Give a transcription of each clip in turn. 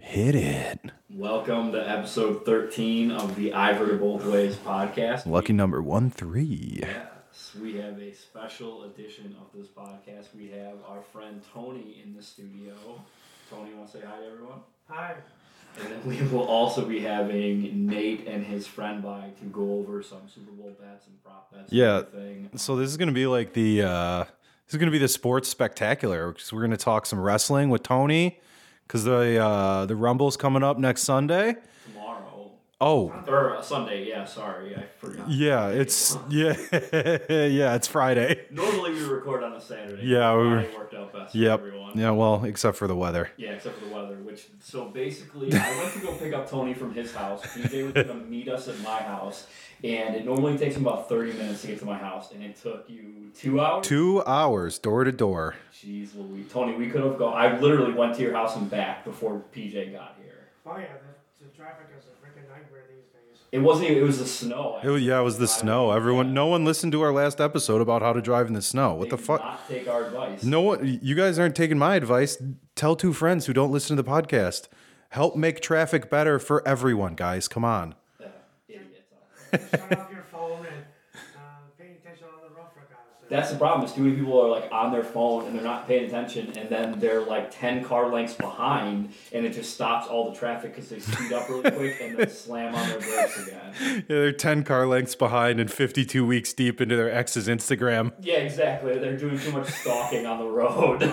Hit it. Welcome to episode 13 of the I've Heard It Both Ways podcast. Lucky number one three. Yes, we have a special edition of this podcast. We have our friend Tony in the studio. Tony, you want to say hi to everyone? Hi. And then we will also be having Nate and his friend by to go over some Super Bowl bets and prop bets. and Yeah. everything. So this is gonna be like the uh this is gonna be the sports spectacular because we're gonna talk some wrestling with Tony because the uh the rumble's coming up next Sunday. Tomorrow. Oh Or uh, Sunday, yeah, sorry, I forgot. yeah, it's yeah yeah, it's Friday. Normally we record on a Saturday. Yeah, we were- Friday worked out best Yep. for everyone. Yeah, well, except for the weather. Yeah, except for the weather. Which so basically, I went to go pick up Tony from his house. PJ was gonna meet us at my house, and it normally takes him about thirty minutes to get to my house, and it took you two hours. Two hours door to door. Jeez, Louise. Tony, we could have gone. I literally went to your house and back before PJ got here. Oh yeah, the, the traffic is a freaking nightmare these days. It wasn't. even- It was the snow. It was, yeah, it was the snow. Everyone, no one listened to our last episode about how to drive in the snow. What They the did fuck? Not take our advice. No one, you guys aren't taking my advice. Tell two friends who don't listen to the podcast. Help make traffic better for everyone, guys. Come on. Uh, idiots. Shut off your phone and uh, pay attention on the rough guys. That's the problem. Is too many people are like on their phone and they're not paying attention, and then they're like ten car lengths behind, and it just stops all the traffic because they speed up really quick and then slam on their brakes again. Yeah, they're 10 car lengths behind and 52 weeks deep into their ex's Instagram. Yeah, exactly. They're doing too much stalking on the road.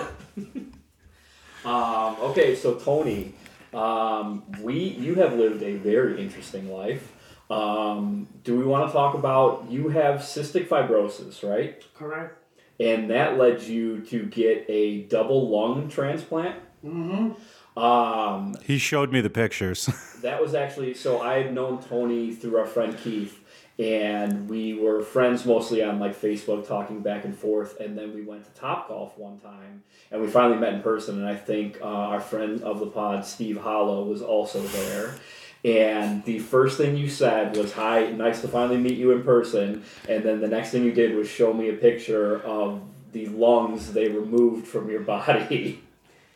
um, okay, so Tony, um, we you have lived a very interesting life. Um, do we want to talk about you have cystic fibrosis, right? Correct. And that led you to get a double lung transplant. Mm-hmm. Um, He showed me the pictures. that was actually so I had known Tony through our friend Keith, and we were friends mostly on like Facebook, talking back and forth. And then we went to Top Golf one time, and we finally met in person. And I think uh, our friend of the pod, Steve Hollow, was also there. And the first thing you said was, "Hi, nice to finally meet you in person." And then the next thing you did was show me a picture of the lungs they removed from your body.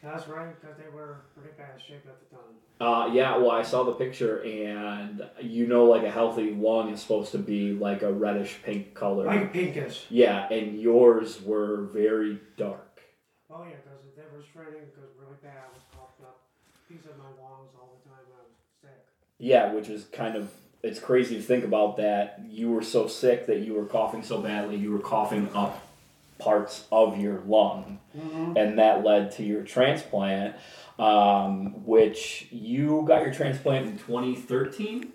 That's right, because they were pretty bad shape at the time. Uh, yeah, well, I saw the picture, and you know, like a healthy lung is supposed to be like a reddish pink color. Like pinkish. Yeah, and yours were very dark. Oh yeah, because they were straining because really bad. I was coughed up. Piece of my lungs all the time. I was sick. Yeah, which is kind of it's crazy to think about that you were so sick that you were coughing so badly, you were coughing up parts of your lung, and that led to your transplant, um, which you got your transplant in 2013.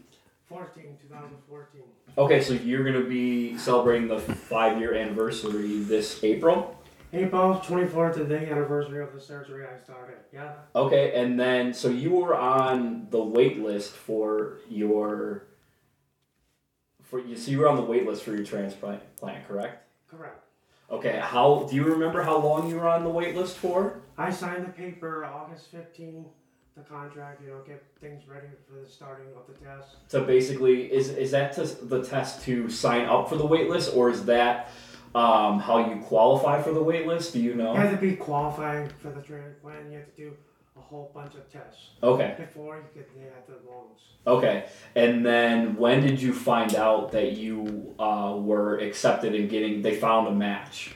14, 2014. Okay, so you're gonna be celebrating the five year anniversary this April. April 24th, the day anniversary of the surgery I started. Yeah. Okay, and then so you were on the wait list for your for you. So you were on the wait list for your transplant plan, correct? Correct. Okay, how do you remember how long you were on the wait list for? I signed the paper August 15, the contract, you know, get things ready for the starting of the test. To basically is is that to, the test to sign up for the wait list, or is that um, how you qualify for the wait list? Do you know? You have to be qualified for the transplant, you have to do a whole bunch of tests Okay. before you get the at the lungs. Okay, and then when did you find out that you uh, were accepted and getting? They found a match.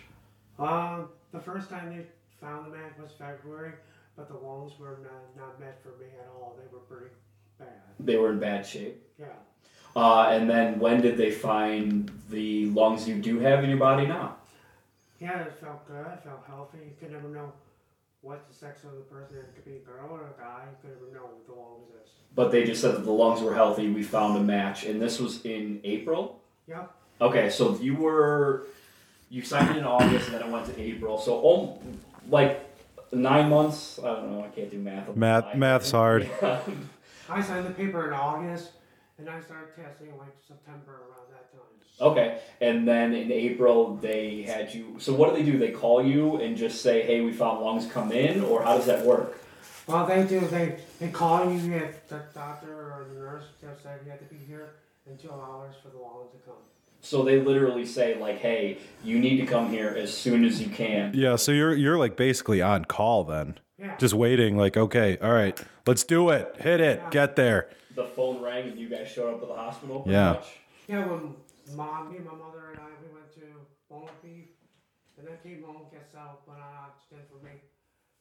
Um, the first time they found the match was February, but the lungs were not, not met for me at all. They were pretty bad. They were in bad shape. Yeah. Uh, and then when did they find the lungs you do have in your body now? Yeah, it felt good, it felt healthy. You could never know what the sex of the person is. It could be a girl or a guy, you could never know what the lungs is. But they just said that the lungs were healthy. We found a match, and this was in April. Yep. Okay, so you were you signed in August, and then it went to April. So oh, like nine months. I don't know. I can't do math. Math, math's hard. I signed the paper in August, and I started testing like September around that time. Okay, and then in April they had you. So what do they do? They call you and just say, "Hey, we found lungs. Come in," or how does that work? Well, they do. They they call you. You have the doctor or the nurse. They said you have to be here in two hours for the lungs to come. So they literally say, like, "Hey, you need to come here as soon as you can." Yeah, so you're you're like basically on call then. Yeah. Just waiting, like, okay, all right, let's do it. Hit it. Get there. The phone rang and you guys showed up at the hospital. pretty Yeah. much? Yeah, when mom, me, and my mother, and I, we went to Bone Beef, and then came home, gets out, went on oxygen for me.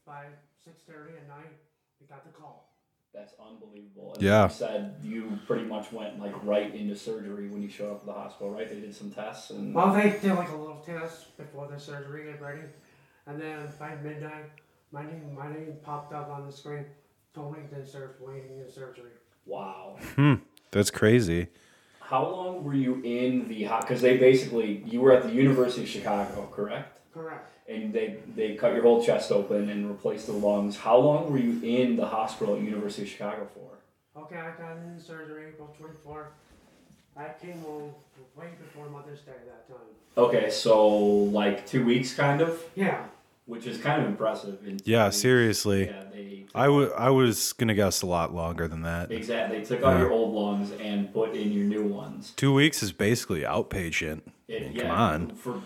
By 6.30 at night, we got the call. That's unbelievable. And Yeah. You said you pretty much went like right into surgery when you showed up at the hospital, right? They did some tests and Well, they did like a little test before the surgery, get ready. And then by midnight, my name, my name popped up on the screen. Tony did surgery, waiting in surgery. wow. That's crazy. How long were you in the hospital? Because they basically, you were at the University of Chicago, correct? Correct. And they, they cut your whole chest open and replaced the lungs. How long were you in the hospital at University of Chicago for? Okay, I got in surgery April 24th. I came home way before Mother's Day that time. Okay, so like two weeks kind of, Yeah, which is kind of impressive. in two Yeah, weeks. seriously. Yeah, they I wa- I was going to guess a lot longer than that. exactly. They took out your old lungs and put in your new ones. Two weeks is basically outpatient. I mean, come on. For,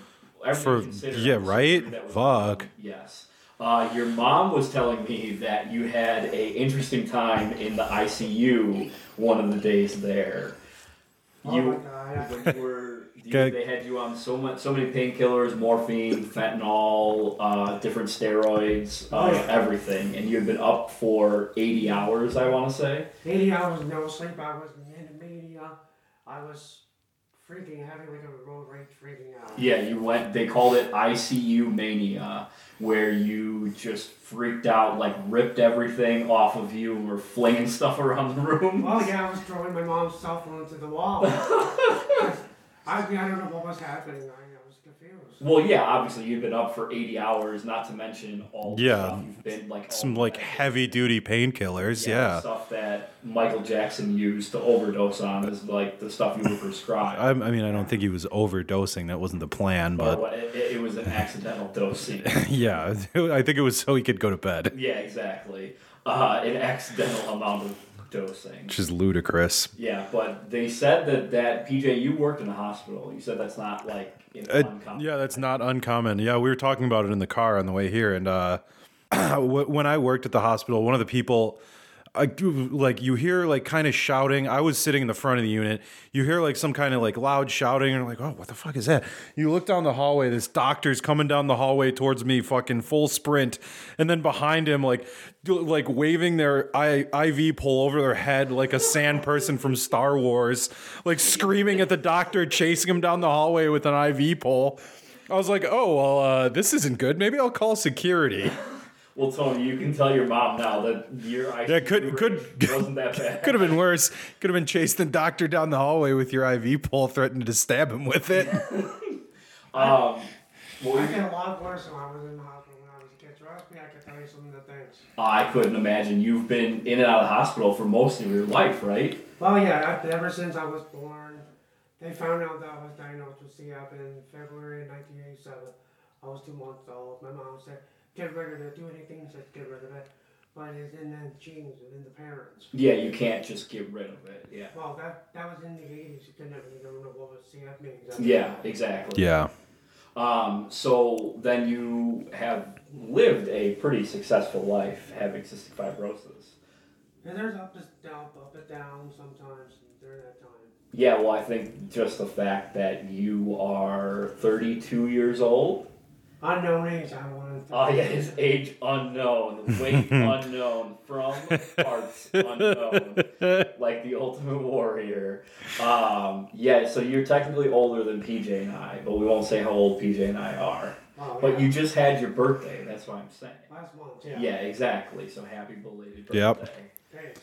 everything For- considered, yeah, I was right? sure that was- Fuck. Yes. Uh, your mom was telling me that you had a interesting time in the ICU one of the days there. Oh you, my God. When you were, you- Okay. they had you on so much, so many painkillers, morphine, fentanyl, uh, different steroids, uh, Oh, Yeah. everything, and you had been up for eighty hours, I want to say. 80 hours no sleep. I was in the media. I was freaking having like a road rage freaking out. Yeah, you went. They called it ICU mania, where you just freaked out, like ripped everything off of you, and were flinging stuff around the room. Well, Oh, yeah, I was throwing my mom's cell phone to the wall. I, I don't know what was happening. I, I was confused. Well, yeah, obviously you've been up for eighty hours, not to mention all the Yeah. stuff you've been like all Some like the- heavy duty painkillers. Yeah. stuff that Michael Jackson used to overdose on is like the stuff you were prescribed. I, I mean, I don't think he was overdosing. That wasn't the plan, Or but what- it, it was an accidental dosing. yeah, I think it was so he could go to bed, yeah, exactly. Uh, an accidental amount of dosing. which is ludicrous. Yeah, but they said that that PJ, you worked in a hospital. You said that's not like in Uh, uncommon. yeah, that's not uncommon. Yeah, we were talking about it in the car on the way here, and uh, wh- when I worked at the hospital, one of the people. I do like you hear like kind of shouting. I was sitting in the front of the unit. You hear like some kind of like loud shouting, and you're like, "Oh, what the fuck is that?" You look down the hallway. This doctor's coming down the hallway towards me, fucking full sprint, and then behind him, like, do- like waving their I- IV pole over their head, like a sand person from Star Wars, like screaming at the doctor, chasing him down the hallway with an IV pole. I was like, "Oh well, uh, this isn't good. Maybe I'll call security." Well, Tony, you can tell your mom now that your ICU Yeah, could- rate could- wasn't that bad. Could have been worse. Could have been chasing the doctor down the hallway with your IV pole, threatening to stab him with it. Um, what were I you- did a lot worse when I was in the hospital when I was a kid. Trust me, I can tell you some of the things. I couldn't imagine. You've been in and out of the hospital for most of your life, right? Well, yeah, I've, ever since I was born, they found out that I was diagnosed with CF in February 1987. I was two months old. My mom said, get rid of it, do anything, just get rid of it. But it's in the genes, it's in the parents. Yeah, you can't just get rid of it. Yeah. Well, that that was in the 80s. You couldn't even know what was CF means. Yeah, exactly. Yeah. Um, so then you have lived a pretty successful life having cystic fibrosis. And there's up and down, up and down sometimes during that time. Yeah, well, I think just the fact that you are 32 years old. Unknown age, I wanted to. Oh, yeah, his age unknown, weight unknown, from parts unknown, like the Ultimate Warrior. Um, yeah, so you're technically older than PJ and I, but we won't say how old PJ and I are. Oh, But yeah. you just had your birthday, that's what I'm saying. Last month, Yeah, yeah. exactly. So happy belated birthday. Yep. Thanks.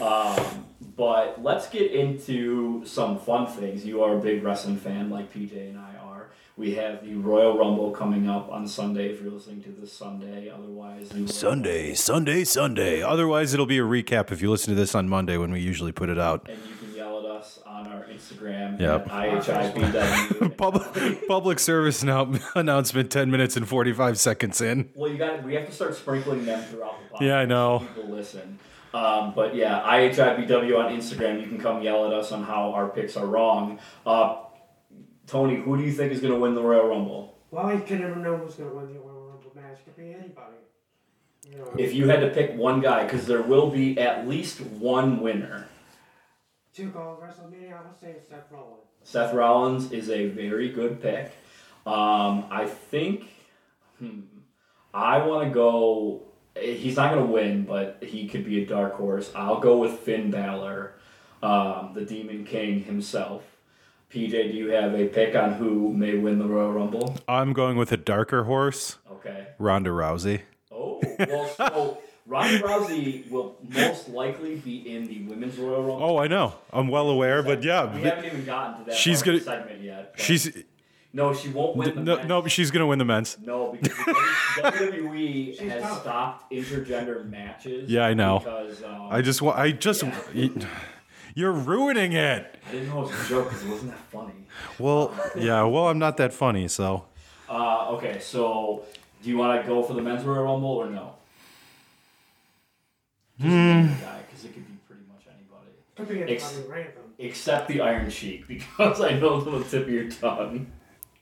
Um, but let's get into some fun things. You are a big wrestling fan, like PJ and I are. We have the Royal Rumble coming up on Sunday. If you're listening to this Sunday, otherwise you will- Sunday, Sunday, Sunday. Otherwise, it'll be a recap if you listen to this on Monday when we usually put it out. and you can yell at us on our Instagram Yep. at IHIBW. Public public service now, announcement. Ten minutes and forty five seconds in. Well, you got. We have to start sprinkling them throughout the podcast. Yeah, I know. so People listen. Um, but yeah, IHIBW on Instagram. You can come yell at us on how our picks are wrong. Uh, Tony, who do you think is going to win the Royal Rumble? Well, you can never know who's going to win the Royal Rumble match. It could be anybody. You know, If you had to pick one guy, because there will be at least one winner. to go WrestleMania, I would say it's Seth Rollins. Seth Rollins is a very good pick. Um, I think hmm, I want to go. He's not going to win, but he could be a dark horse. I'll go with Finn Balor, um, the Demon King himself. PJ, do you have a pick on who may win the Royal Rumble? I'm going with a darker horse, Okay. Ronda Rousey. Oh, well, so Ronda Rousey will most likely be in the Women's Royal Rumble. Oh, I know. I'm well aware, but we yeah, haven't even gotten to that Oh, She's part of gonna- the segment yet. but- she's no, she won't win. The no, match. no, but she's gonna win the men's. No, because the WWE She's has tough. stopped intergender matches. Yeah, I know. Because um, I I, just, wa- I just, you're ruining it. didn't know it was a joke because it wasn't that funny. Well, yeah. Well, I'm not that funny, so Uh, okay, so do you want to go for the men's Royal Rumble or no? Hmm. Just name the guy because it could be pretty much anybody Could be a Ex- fucking random. except the Iron Sheik because I know to the tip of your tongue.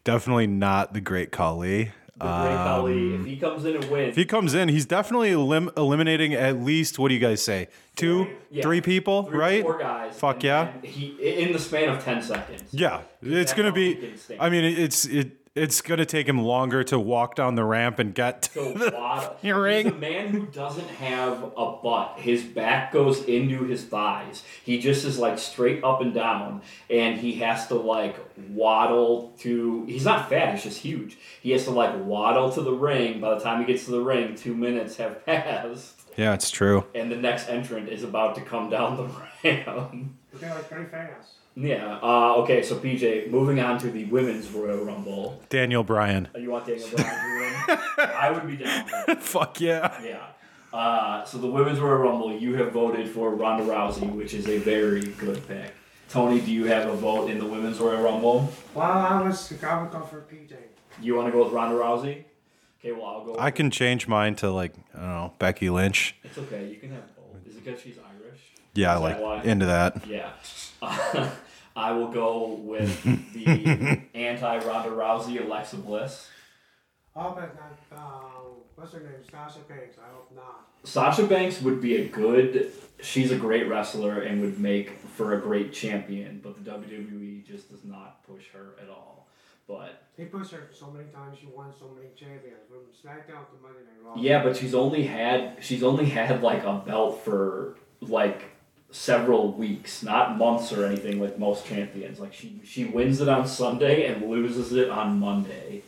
definitely not the Great Khali. The Great Ali, if he comes in and wins, Um, If he comes in, he's definitely elim- eliminating at least what do you guys say? Two, Yeah. three people, three or right? Four guys. Fuck and yeah. then He in the span of ten seconds. Yeah, it's That's gonna how he be. can stay. I mean, it's it. It's gonna take him longer to walk down the ramp and get. So To the, Waddle- Your ring. He's a man who doesn't have a butt. His back goes into his thighs. He just is like straight up and down, and he has to like waddle to. He's not fat. He's just huge. He has to like waddle to the ring. By the time he gets to the ring, two minutes have passed, yeah, it's true. and the next entrant is about to come down the ramp. They're like pretty fast. yeah. Uh, okay. So PJ, moving on to the women's Royal Rumble. Daniel Bryan. You want Daniel Bryan to win? I would be down. For that. Fuck yeah. Yeah. Uh, so the women's Royal Rumble, you have voted for Ronda Rousey, which is a very good pick. Tony, do you have a vote in the women's Royal Rumble? Well, I was I would go for PJ. You want to go with Ronda Rousey? Okay, well I'll go. I can change mine to like I don't know Becky Lynch. It's okay. You can have both. Is it because she's Irish? Yeah, Is like that why? into that. Yeah. Uh, I will go with the anti Ronda Rousey Alexa Bliss. Oh, but not, uh, what's her name? Sasha Banks. I hope not. Sasha Banks would be a good. She's a great wrestler and would make for a great champion, but the WWE just does not push her at all. But He pushed her so many times. She won so many champions from SmackDown to Monday Night Raw. Yeah, but she's only had she's only had like a belt for like several weeks, not months or anything like most champions. Like she she wins it on Sunday and loses it on Monday.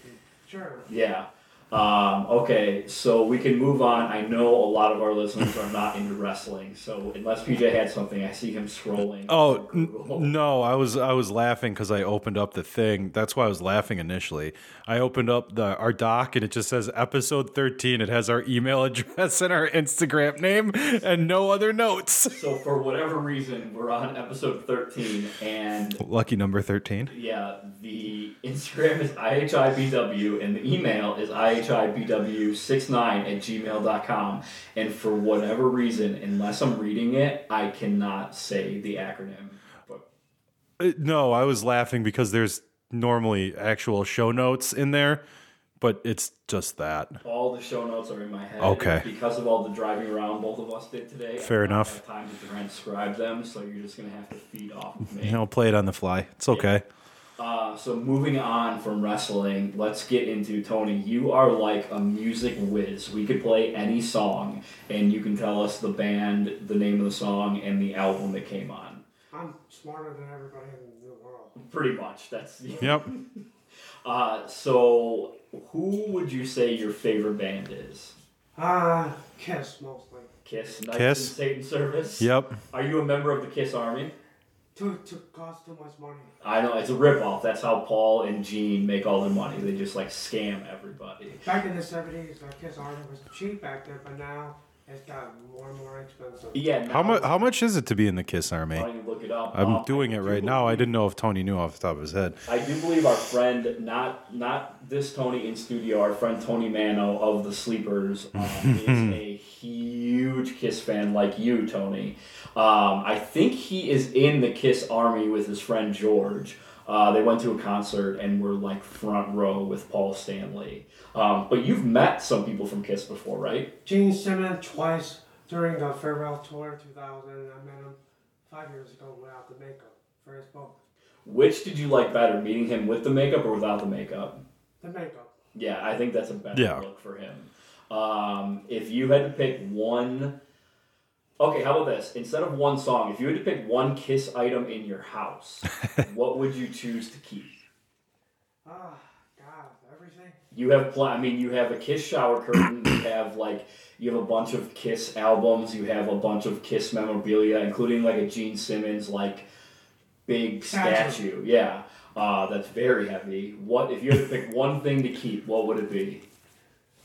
Sure. Yeah. Um, okay, so we can move on. I know a lot of our listeners are not into wrestling, so unless PJ had something, I see him scrolling. Oh through n- Google. no, I was I was laughing because I opened up the thing. That's why I was laughing initially. I opened up the our doc and it just says episode thirteen. It has our email address and our Instagram name and no other notes. So for whatever reason, we're on episode thirteen, and Lucky number thirteen. Yeah, the Instagram is IHIBW and the email is IHIBW69 at gmail.com. And for whatever reason, unless I'm reading it, I cannot say the acronym. But Uh, No, I was laughing because there's normally actual show notes in there, but it's just that. all the show notes are in my head. Okay. Because of all the driving around both of us did today. I Fair don't enough. have time to transcribe them, so you're just going to have to feed off of You me. know, play it on the fly. It's okay. Uh, so moving on from wrestling, let's get into Tony. You are like a music whiz. We could play any song, and you can tell us the band, the name of the song, and the album it came on. I'm smarter than everybody in the world. Pretty much. That's. Yep. Uh, so who would you say your favorite band is? Uh, Kiss mostly. Kiss. Knights Kiss? In Satan Service. Yep. Are you a member of the Kiss Army? Too too cost too much money. I know it's a ripoff. That's how Paul and Gene make all their money. They just like scam everybody. Back in the seventies, uh, Kiss Army was cheap back there, but now it's got more and more expensive. Yeah. How now- much? How much is it to be in the Kiss Army? Why don't you look it up? I'm Um, doing it do right now. I didn't know if Tony knew off the top of his head. I do believe our friend, not not this Tony in studio, our friend Tony Mano of the Sleepers, um, is a huge Kiss fan like you, Tony. Um, I think he is in the Kiss army with his friend George. Uh, they went to a concert and were like front row with Paul Stanley. Um, but you've met some people from Kiss before, right? Gene Simmons twice during the farewell tour in 2000. I met him five years ago without the makeup for his book. Which did you like better, meeting him with the makeup or without the makeup? The makeup. Yeah, I think that's a better Yeah. look for him. Um, if you had to pick one, okay, how about this? Instead of one song, if you had to pick one Kiss item in your house, what would you choose to keep? Ah, God, everything. You have, pl- I mean, you have a Kiss shower curtain. You have like, you have a bunch of Kiss albums. You have a bunch of Kiss memorabilia, including like a Gene Simmons like big Statue. statue. Yeah, uh, that's very heavy. What if you had to pick one thing to keep? What would it be?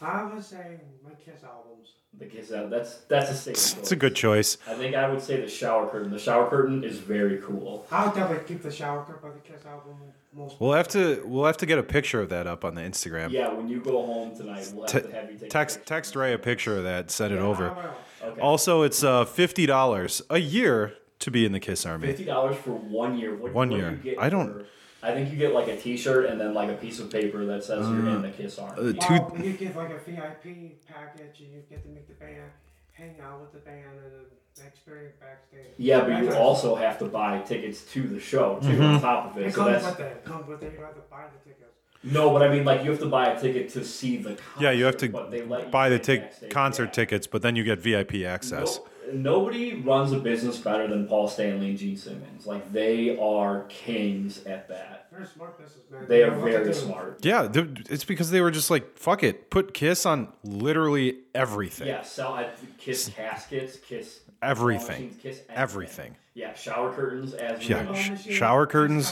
I would say my Kiss albums. The Kiss album. uh, That's that's a safe. It's choice. a good choice. I think I would say the shower curtain. The shower curtain is very cool. I would definitely keep the shower curtain, but the Kiss album most. We'll have to we'll have to get a picture of that up on the Instagram. Yeah, when you go home tonight, we'll have Te- to have you take a text picture. text Ray a picture of that. Send it I over. will. Okay. Also, it's uh, fifty dollars a year to be in the Kiss Army. Fifty dollars for one year. What, One what do year. You get I don't- for- I think you get like a T-shirt and then like a piece of paper that says you're in the Kiss Army. uh, Well, you get like a VIP package, and you get to meet the band, hang out with the band, and then experience backstage. yeah, but you Backstage. also have to buy tickets to the show too Mm-hmm. on top of It it. So comes that's with it. It comes with it. You don't have to buy the tickets. no, but I mean like you have to buy a ticket to see the concert. Yeah, you have to but they let you buy the get tic- backstage. concert Yeah. tickets, but then you get VIP access. No- nobody runs a business better than Paul Stanley and Gene Simmons. Like they are kings at that. They're smart businessmen. They are know what to very do. smart. Yeah, th- it's because they were just like, fuck it, put Kiss on literally everything. Yeah, sell I Kiss caskets, Kiss Everything. machines, Kiss Everything. Yeah, shower curtains as we Yeah, know. sh- Machine, shower curtains.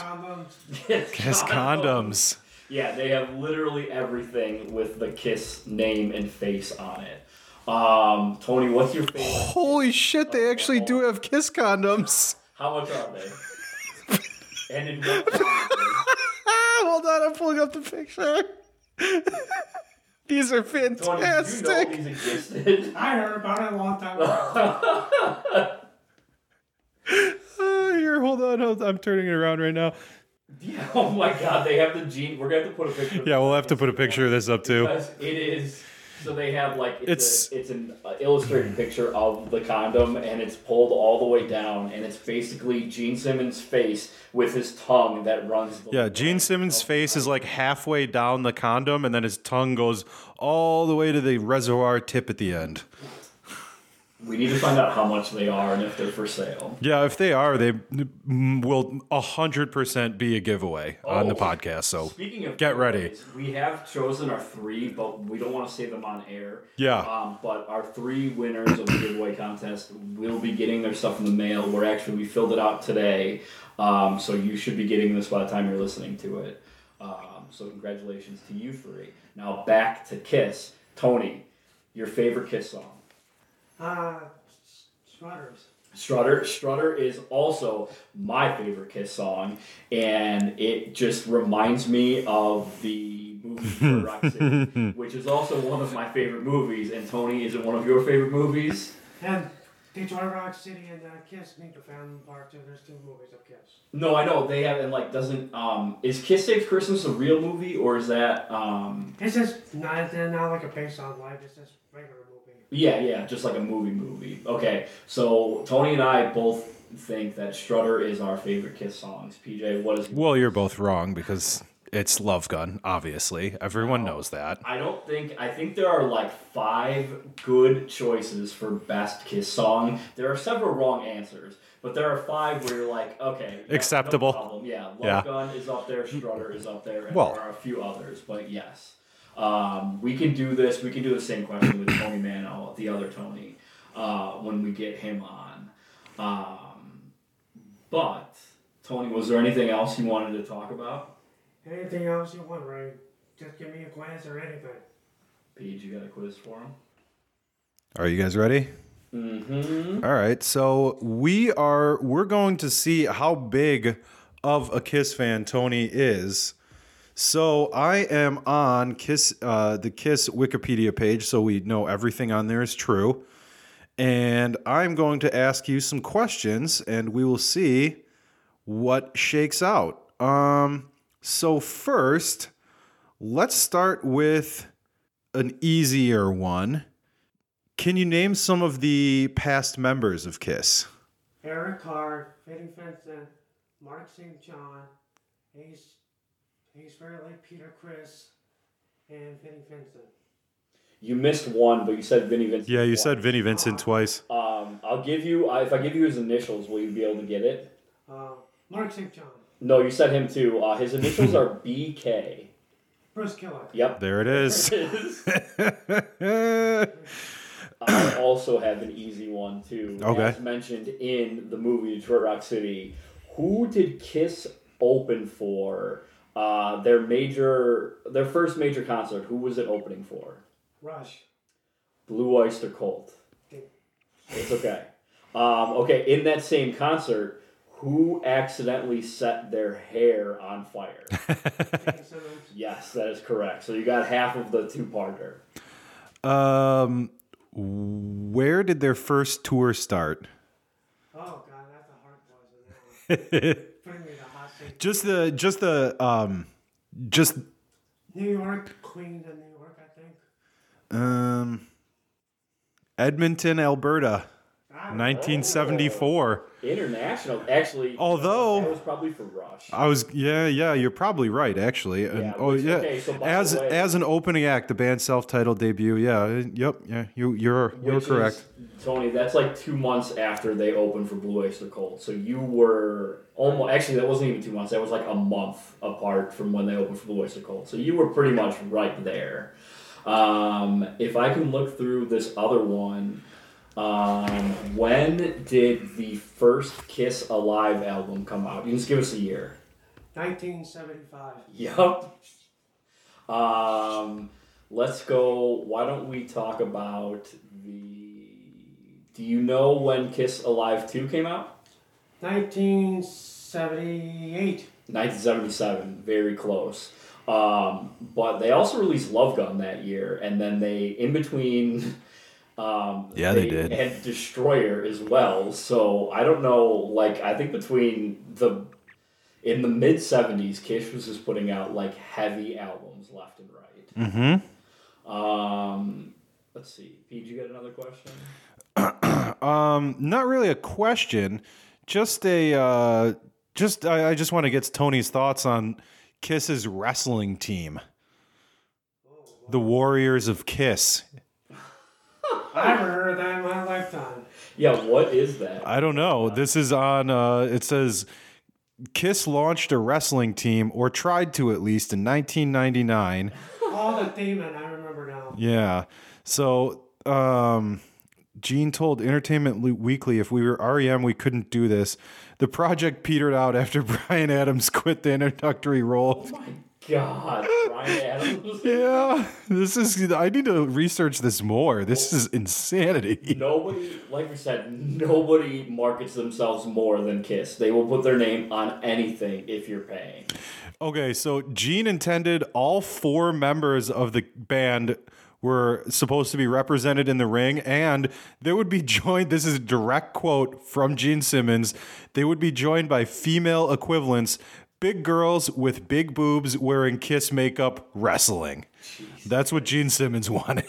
condoms. Kiss condoms. Yeah, they have literally everything with the Kiss name and face on it. Um, Tony, what's your favorite? Holy shit, they actually do have Kiss condoms. How much are they? and in what? size? Ah, hold on, I'm pulling up the picture. These are Tony, did you know fantastic. these existed? I heard about it a long time ago. Ah, here, hold on, hold on, I'm turning it around right now. yeah. Oh my God, they have the gene. We're gonna have to put a picture. of Yeah, this we'll on have to put a Instagram. picture of this up too. Because it is. So they have like It's- it's a- it's an uh, illustrated picture of the condom, and it's pulled all the way down, and it's basically Gene Simmons' face with his tongue that runs. The Yeah, Gene Simmons' face is like halfway down the condom, and then his tongue goes all the way to the reservoir tip at the end. We need to find out how much they are and if they're for sale. Yeah, if they are, they mm, will 100% be a giveaway on the Oh. podcast. So Speaking of Get ready. giveaways, we have chosen our three, but we don't want to say them on air. Yeah. Um, but our three winners of the giveaway contest will be getting their stuff in the mail. We're actually we filled it out today, um, so you should be getting this by the time you're listening to it. Um, so congratulations to you three. Now back to Kiss, Tony, your favorite Kiss song. Uh, s- Strutters. Strutter. Strutter is also my favorite Kiss song, and it just reminds me of the movie Third Rock City, which is also one of my favorite movies. And Tony, is it one of your favorite movies? And Detroit Rock City and uh, Kiss need to found part two. There's two movies of Kiss. No, I know they haven't. Like, doesn't um, is Kiss Saves Christmas a real movie or is that um, It's just not, it's not like a based on life. It's just regular movie. yeah, yeah, just like a movie movie? Okay, so Tony and I both think that Strutter is our favorite Kiss songs. PJ, what is? Well, you're both wrong because it's Love Gun, obviously. Everyone knows that. I don't think I think there are like five good choices for best kiss song. There are several wrong answers, but there are five where you're like, okay, yeah, Acceptable. No problem. Yeah, Love Yeah. Gun is up there, Strutter is up there, and Well- there are a few others, but yes, um, we can do this. We can do the same question with Tony Mano, the other Tony, uh, when we get him on. Um, but Tony, was there anything else you wanted to talk about? Anything else you want, Ray? Just give me a glance or anything. Pete, you got a quiz for him? Are you guys ready? Mm-hmm. All right. So we are we're going to see how big of a Kiss fan Tony is. So I am on Kiss uh, the Kiss Wikipedia page, so we know everything on there is true. And I'm going to ask you some questions, and we will see what shakes out. Um, so first, let's start with an easier one. Can you name some of the past members of Kiss? Eric Carr, Fitty Fenson, Mark St. John, Ace, Ace Fairley, Peter Chris, and Fitty Fenson. You missed one, but you said Vinny Vincent. Yeah, you twice. said Vinnie Vincent twice. Um, I'll give you. I- If I give you his initials, will you be able to get it? Uh, Mark St. John, No, you said him too. Uh, his initials are BK. Bruce Kellogg. Yep. There it is. I also have an easy one too. Okay. As mentioned in the movie Detroit Rock City, who did Kiss open for? Uh, their major, their first major concert. Who was it opening for? Rush. Blue Oyster Cult. It's okay. Um, okay, in that same concert, who accidentally set their hair on fire? Jason Simmons. yes, that is correct. So you got half of the two-parter. um, where did their first tour start? Oh God, that's a hard question. Putting me in the hot seat. Just the just the um, just New York, Queens, and New York, I think. um, Edmonton, Alberta, I don't know. 1974. International, actually. Although- that was probably for Rush. I was yeah yeah you're probably right actually and, Yeah, oh which- yeah okay, so by the as way- as an opening act the band's self-titled debut yeah uh, yep yeah you you're you're Which is- correct Tony, that's like two months after they opened for Blue Oyster Cult. So you were almost actually that wasn't even two months. That was like a month apart from when they opened for Blue Oyster Cult. So you were pretty much right there. Um, if I can look through this other one, um, when did the first Kiss Alive album come out? You can just give us a year. 1975. Yup. Um, let's go. Why don't we talk about the? Do you know when Kiss Alive Two came out? 1978. 1977. Very close. Um, but they also released Love Gun that year, and then they in between. Um, Yeah, they did. And Destroyer as well. So I don't know. Like I think between the in the mid '70s, Kiss was just putting out like heavy albums left and right. Mm-hmm. Um, let's see. Pete, did you get another question? Um, not really a question, just a uh, just I, I just want to get Tony's thoughts on Kiss's wrestling team, the Warriors of Kiss. I never heard of that in my lifetime. Yeah, what is that? I don't know. This is on. Uh, it says Kiss launched a wrestling team or tried to at least in 1999. All the demon, I remember now. Yeah. So, um, Gene told Entertainment Lu- Weekly if we were REM, we couldn't do this. The project petered out after Brian Adams quit the introductory role. Oh my God, Brian Adams. Yeah, this is. I need to research this more. This is insanity. Nobody, like we said, nobody markets themselves more than Kiss. They will put their name on anything if you're paying. Okay, so Gene intended all four members of the band were supposed to be represented in the ring, and they would be joined. This is a direct quote from Gene Simmons. They would be joined by female equivalents, big girls with big boobs wearing Kiss makeup wrestling. That's what Gene Simmons wanted.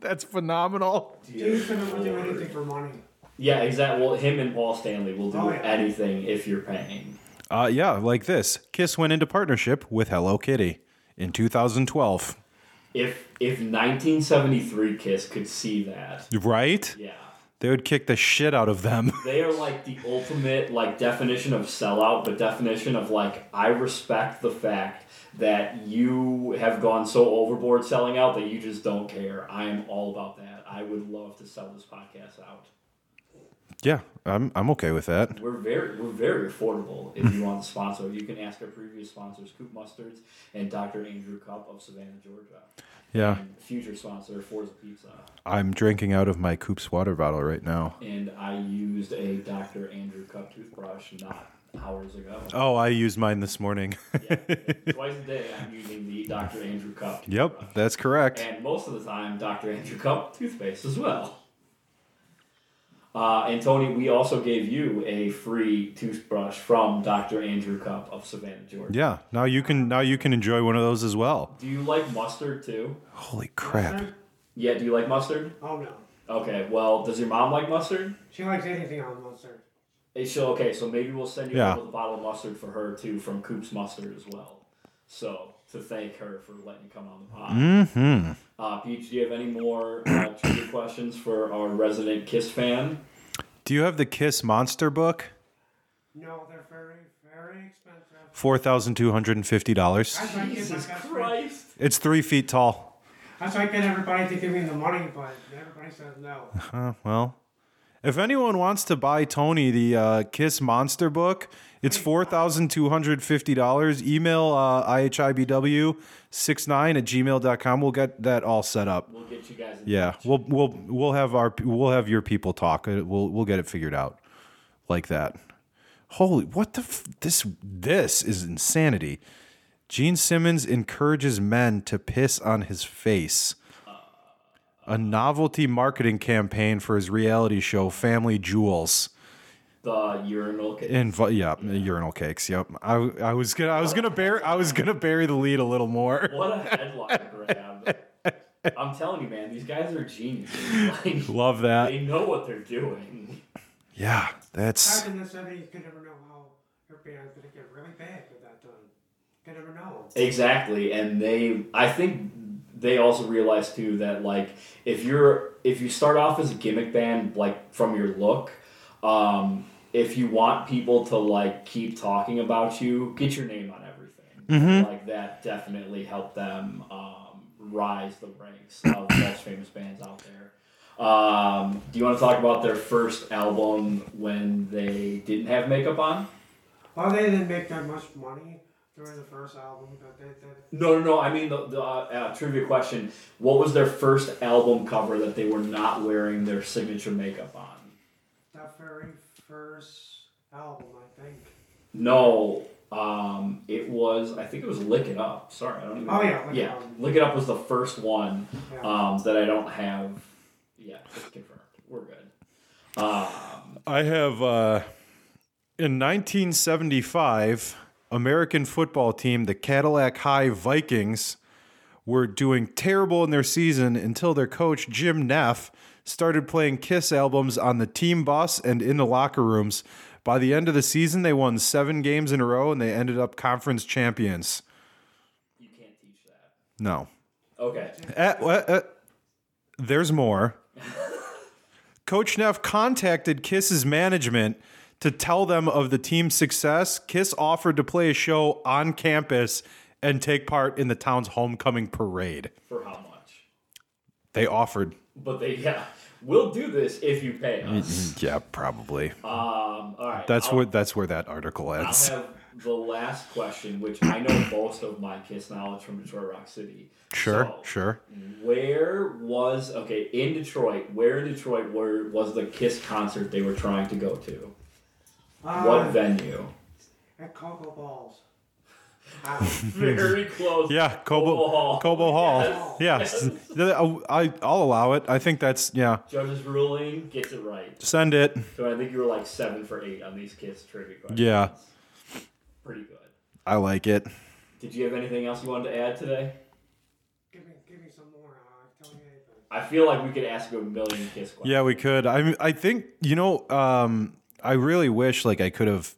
That's phenomenal. Dude couldn't really do anything for money. Yeah, exactly. Well, him and Paul Stanley will do Oh, yeah. anything if you're paying. Uh, yeah, like this. Kiss went into partnership with Hello Kitty in 2012. If if 1973 Kiss could see that, Right? yeah, They would kick the shit out of them. they are like the ultimate like definition of sellout but definition of like i respect the fact that you have gone so overboard selling out that you just don't care i am all about that i would love to sell this podcast out yeah, I'm, I'm okay with that. we're very we're very affordable if you want to sponsor you can ask our previous sponsors coop mustards and dr andrew cup of savannah georgia Yeah, and future sponsor forza pizza I'm drinking out of my Coop's water bottle right now. and i used a dr andrew cup toothbrush not hours ago Oh, I used mine this morning. Yeah. Twice a day, I'm using the Dr. Andrew Cup. yep, that's correct. And most of the time, Dr. Andrew Cup toothpaste as well. Uh, and Tony, we also gave you a free toothbrush from Dr. Andrew Cup of Savannah, Georgia. Yeah. Now you can now you can enjoy one of those as well. Do you like mustard too? Holy crap. Yeah, do you like mustard? Oh no. Okay, well, does your mom like mustard? She likes anything on mustard. Eh, So, okay, so maybe we'll send you Yeah. a little bottle of mustard for her too from Coop's Mustard as well. So, to thank her for letting you come on the pod. Mm-hmm. Uh, Peach, do you have any more uh, trivia questions for our resident Kiss fan? Do you have the Kiss Monster book? No, they're very, very expensive. Four thousand two hundred and fifty dollars. That's why I get my Jesus best friend- Christ! It's three feet tall. That's why I get everybody to give me the money, but everybody says no. Uh, well, if anyone wants to buy Tony the uh, Kiss Monster book, it's four thousand two hundred fifty dollars. Email uh, ihibw 69 at gmail.com. We'll get that all set up. We'll get you guys. In Yeah, touch. we'll we'll we'll have our we'll have your people talk. Uh, We'll we'll get it figured out like that. Holy, what the f- this this is insanity. Gene Simmons encourages men to piss on his face. A novelty marketing campaign for his reality show Family Jewels. the urinal. ca- And yeah, urinal cakes. Yep. I I was gonna I was gonna bury I was gonna bury the lead a little more. What a headline grab! I'm telling you, man, these guys are geniuses. Like, Love that. they know what they're doing. Yeah, that's Back in the 70s, you could never know how your band's going to get really big at that time. You could never know. Exactly, and they. I think they also realize too that like if you're if you start off as a gimmick band like from your look, um, if you want people to like keep talking about you, get your name on everything. Like that definitely helped them um, rise the ranks of the most famous bands out there. Um, do you want to talk about their first album when they didn't have makeup on? Well, they didn't make that much money during the first album, but they did. No, no, no. I mean the, the uh, uh, trivia question: What was their first album cover that they were not wearing their signature makeup on? That very first album, I think. No, um, it was. I think it was "Lick It Up." Sorry, I don't even. Oh, yeah, Lick It yeah. Up. "Lick It Up" was the first one Yeah. um, that I don't have. Yeah, it's confirmed. We're good. Um, I have uh, in 1975, American football team, the Cadillac High Vikings, were doing terrible in their season until their coach Jim Neff started playing Kiss albums on the team bus and in the locker rooms. By the end of the season, they won seven games in a row and they ended up conference champions. you can't teach that. No. Okay. Uh, uh, uh, there's more. Coach Neff contacted Kiss's management to tell them of the team's success. Kiss offered to play a show on campus and take part in the town's homecoming parade. For how much? They offered. But they yeah, we'll do this if you pay us. Yeah, probably. Um, all right. Mm-hmm. That's I'll- where that's where that article ends. I'll have the last question, which I know most of my Kiss knowledge from Detroit Rock City. Sure, So, sure. Where was okay in Detroit? Where in Detroit were was the Kiss concert they were trying to go to? what Uh, venue? At Cocoa Balls. Uh, Very close. Yeah, Cobo Cobo Hall. Cobo Hall. Yes, Yeah, yes. I, I'll allow it. I think that's yeah. Judge's ruling gets it right. Send it. So I think you were like seven for eight on these Kiss trivia questions. Yeah, Pretty good. I like it. Did you have anything else you wanted to add today? give, me, give me some more. Uh, tell me anything. I feel like we could ask you a million Kiss questions. Yeah, we could. I mean, I think you know. Um, I really wish like I could have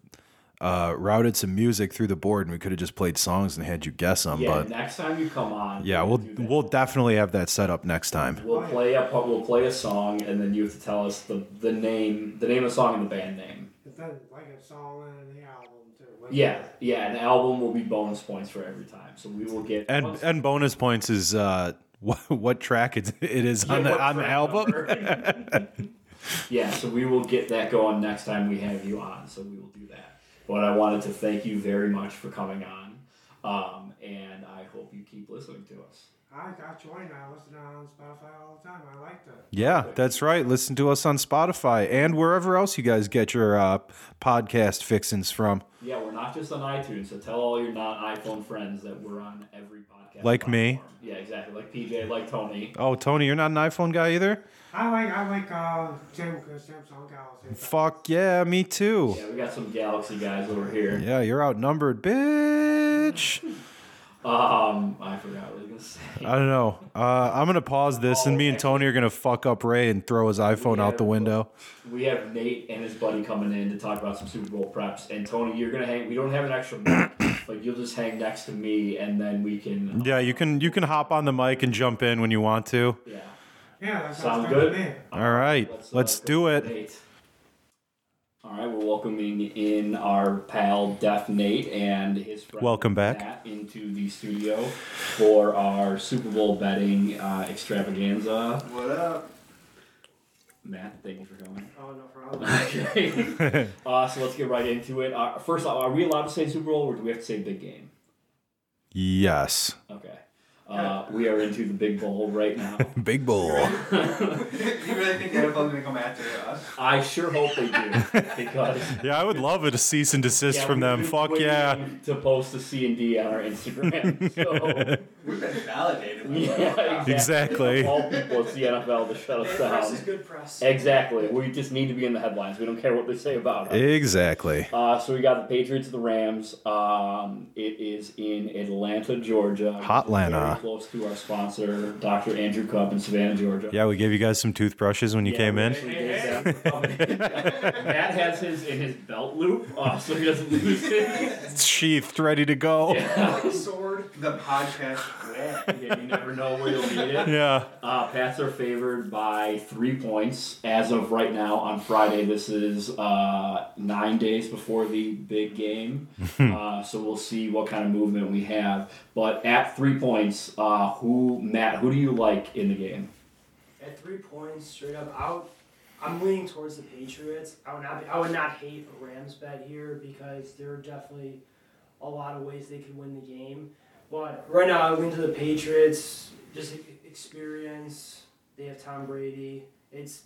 uh, routed some music through the board and we could have just played songs and had you guess them. Yeah, but next time you come on. yeah, we we'll can do that. we'll definitely have that set up next time. We'll play a part- we'll play a song, and then you have to tell us the, the name the name of the song and the band name. It's then like a song and the album, too. Like, Yeah, yeah. An album will be bonus points for every time, so we will get And once- and bonus points is uh, what, what track it, it is on Yeah, the what on the track album. number. yeah, so we will get that going next time we have you on. So we will do that. But I wanted to thank you very much for coming on, um, and I hope you keep listening to us. I got you. I know. I listen on Spotify all the time. I like that. Yeah, that's right. Listen to us on Spotify and wherever else you guys get your uh, podcast fixins from. Yeah, we're not just on iTunes, so tell all your non iPhone friends that we're on every podcast. Like me. platform. Yeah, exactly. Like PJ, like Tony. Oh, Tony, you're not an iPhone guy either? I like I like uh Sam Samsung Galaxy. Fuck yeah, me too. Yeah, we got some Galaxy guys over here. Yeah, you're outnumbered, bitch. Um, I forgot what I was going to say. I don't know. Uh, I'm gonna pause this, and me and Tony are gonna fuck up Ray and throw his iPhone out the window. We have Nate and his buddy coming in to talk about some Super Bowl preps. And Tony, you're going to hang, we don't have an extra mic, but you'll just hang next to me and then we can. uh, Yeah, you can you can hop on the mic and jump in when you want to. Yeah. Yeah, that sounds Sound good. good? to me. All right, uh, let's go do with it. Nate. All right, we're welcoming in our pal Def Nate and his friend Welcome back. Matt into the studio for our Super Bowl betting uh, extravaganza. What up? Matt, thank you for coming. Oh no problem. Okay. uh, so let's get right into it. Uh, first off, are we allowed to say Super Bowl or do we have to say big game? Yes, Okay. Uh, we are into the big bowl right now. big bull. you really think NFL's gonna come after us? I sure hope they do because Yeah, I would love a cease and desist Yeah, from we've them. been Fuck waiting yeah. To post a C and D on our Instagram. So, We've been validated. yeah, Exactly. Of All people, it's the NFL to shut us down. good press. Exactly. We just need to be in the headlines. We don't care what they say about us. Exactly. Uh, so we got the Patriots, the Rams. Um, it is in Atlanta, Georgia. which is Hotlanta. Very close to our sponsor, Dr. Andrew Cup in Savannah, Georgia. Yeah, we gave you guys some toothbrushes when you Yeah, came we in. actually did that. Matt has his in his belt loop, uh, so he doesn't lose it. It's sheathed, ready to go. Yeah. Sword. The podcast. way. Yeah, you never know where you'll need it. Uh, Pats are favored by three points as of right now on Friday. This is uh, nine days before the big game, uh, so we'll see what kind of movement we have. But at three points, uh, who Matt? Who do you like in the game? At three points, straight up out. I'm leaning towards the Patriots. I would not. Be, I would not hate a Rams bet here because there are definitely a lot of ways they could win the game. But right now, I lean to the Patriots. Just e- experience. They have Tom Brady. It's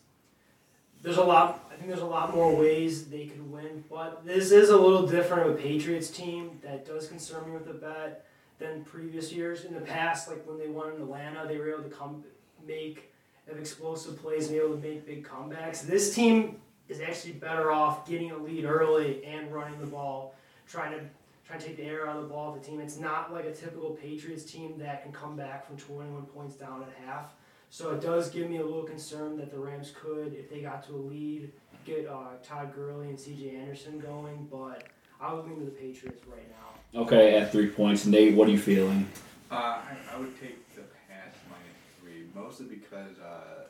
there's a lot. I think there's a lot more ways they could win. But this is a little different of a Patriots team that does concern me with the bet than previous years. In the past, like when they won in Atlanta, they were able to come make of explosive plays and be able to make big comebacks. This team is actually better off getting a lead early and running the ball, trying to trying to take the air out of the ball of the team. It's not like a typical Patriots team that can come back from 21 points down at half. So it does give me a little concern that the Rams could, if they got to a lead, get uh, Todd Gurley and C.J. Anderson going. But I would lean to the Patriots right now. Okay, at three points, Nate. What are you feeling? Uh, I, I would take the past minus three, mostly because uh,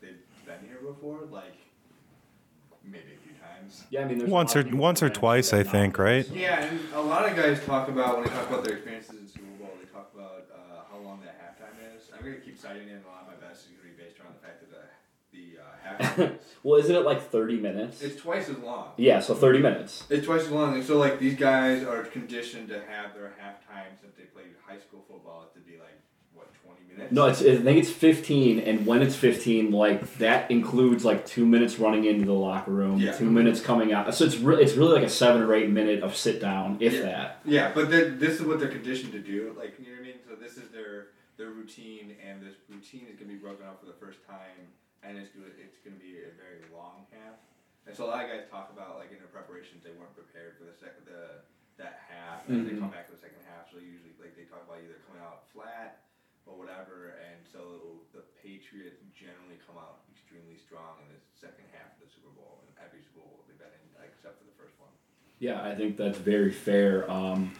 they've been here before, like maybe a few times. Yeah, I mean, there's a Once lot of or- people once or that- twice, I think, right? Yeah, and a lot of guys talk about when they talk about their experiences in Super Bowl, they talk about uh, how long that halftime is. I'm gonna keep citing it. and A lot of my best is gonna be based around the fact that the the uh, halftime is Well, isn't it like thirty minutes? it's twice as long. Yeah, so thirty minutes. It's twice as long. And so, like, these guys are conditioned to have their halftime since they played high school football to be like, what, 20 minutes? No, it's, I think it's 15, and when it's 15, like that includes like two minutes running into the locker room, Yeah. two minutes coming out. So it's really it's really like a seven or eight minute of sit down, if Yeah. that. Yeah, but then this is what they're conditioned to do. Like, you know what I mean? So, this is their their routine, and this routine is going to be broken up for the first time, and it's going to it's gonna be a very long half. And so, a lot of guys talk about, like, in their preparations, they weren't prepared for the second, the that half, and they Mhm. come back to the second half. So, usually, like, they talk about either coming out flat or whatever, and so the Patriots generally come out extremely strong in the second half of the Super Bowl, and every Super Bowl they've been in, like, except for the first one. Yeah, I think that's very fair. Um,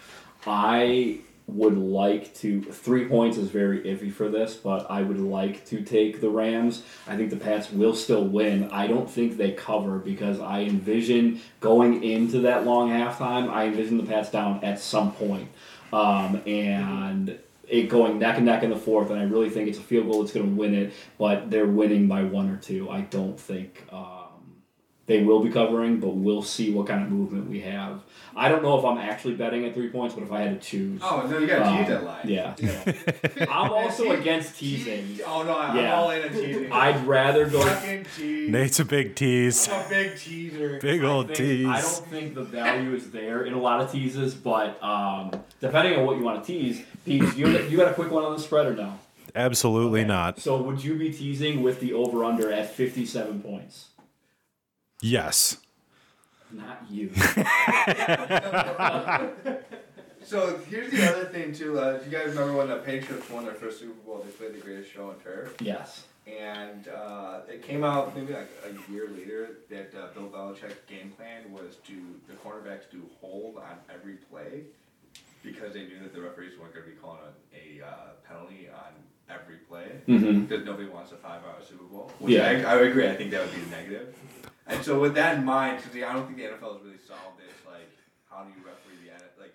I would like to three points is very iffy for this, but I would like to take the Rams. I think the Pats will still win. I don't think they cover because I envision going into that long halftime. I envision the Pats down at some point, um, and it going neck and neck in the fourth. And I really think it's a field goal that's going to win it, but they're winning by one or two. I don't think. Um, they will be covering, but we'll see what kind of movement we have. I don't know if I'm actually betting at three points, but if I had to choose, Oh no, you gotta Um, tease that line. yeah. I'm also against teasing. Oh no, I'm Yeah. all in on teasing. I'd rather go. fucking tease. Nate's a big tease. I'm a big teaser. Big I old think- tease. I don't think the value is there in a lot of teases, but um, depending on what you want to tease, Pete, you you got a quick one on the spread or no? Absolutely not. So would you be teasing with the over under at 57 points? Yes. Not you. So here's the other thing too. Uh, do you guys remember when the Patriots won their first Super Bowl? They played the greatest show on turf, yes. and uh, it came out maybe like a year later that uh, Bill Belichick's game plan was to the cornerbacks do hold on every play because they knew that the referees weren't going to be calling a, a uh, penalty on every play Mm-hmm. because nobody wants a five-hour Super Bowl. Which Yeah. I, I would agree. I think that would be a negative. And so with that in mind, because I don't think the NFL has really solved this, like how do you referee the N- like.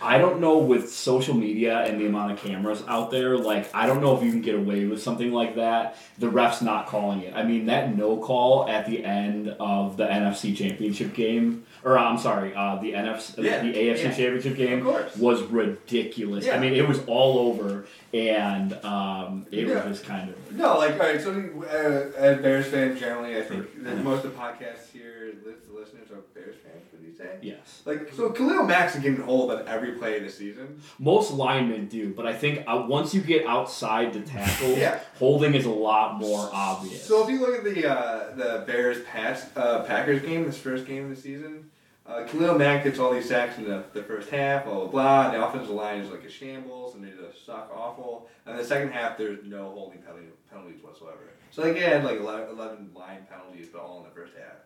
I don't know with social media and the amount of cameras out there, like I don't know if you can get away with something like that. The ref's not calling it. I mean that no call at the end of the NFC Championship game, or I'm sorry, uh, the NFC, Yeah, the AFC yeah. Championship Of game course. was ridiculous. I Yeah. mean it was all over, and um, it Yeah. was just kind of No, like, all right, so uh, as Bears fans, generally, I think Mm-hmm. that most of the podcasts here, li- the listeners are Bears fans, would you say? yes. Like, so Khalil Mack's getting hold on every play this season. Most linemen do, but I think uh, once you get outside the tackle, Yeah. holding is a lot more obvious. So if you look at the uh, the Bears Pats, uh, Packers game, this first game of the season, uh, Khalil Mack gets all these sacks in the, the first half, blah, blah, blah. And the offensive line is like a shambles, and they just suck awful. And the second half, there's no holding penalty, penalties whatsoever. So, like, they had like 11, 11 line penalties, but all in the first half.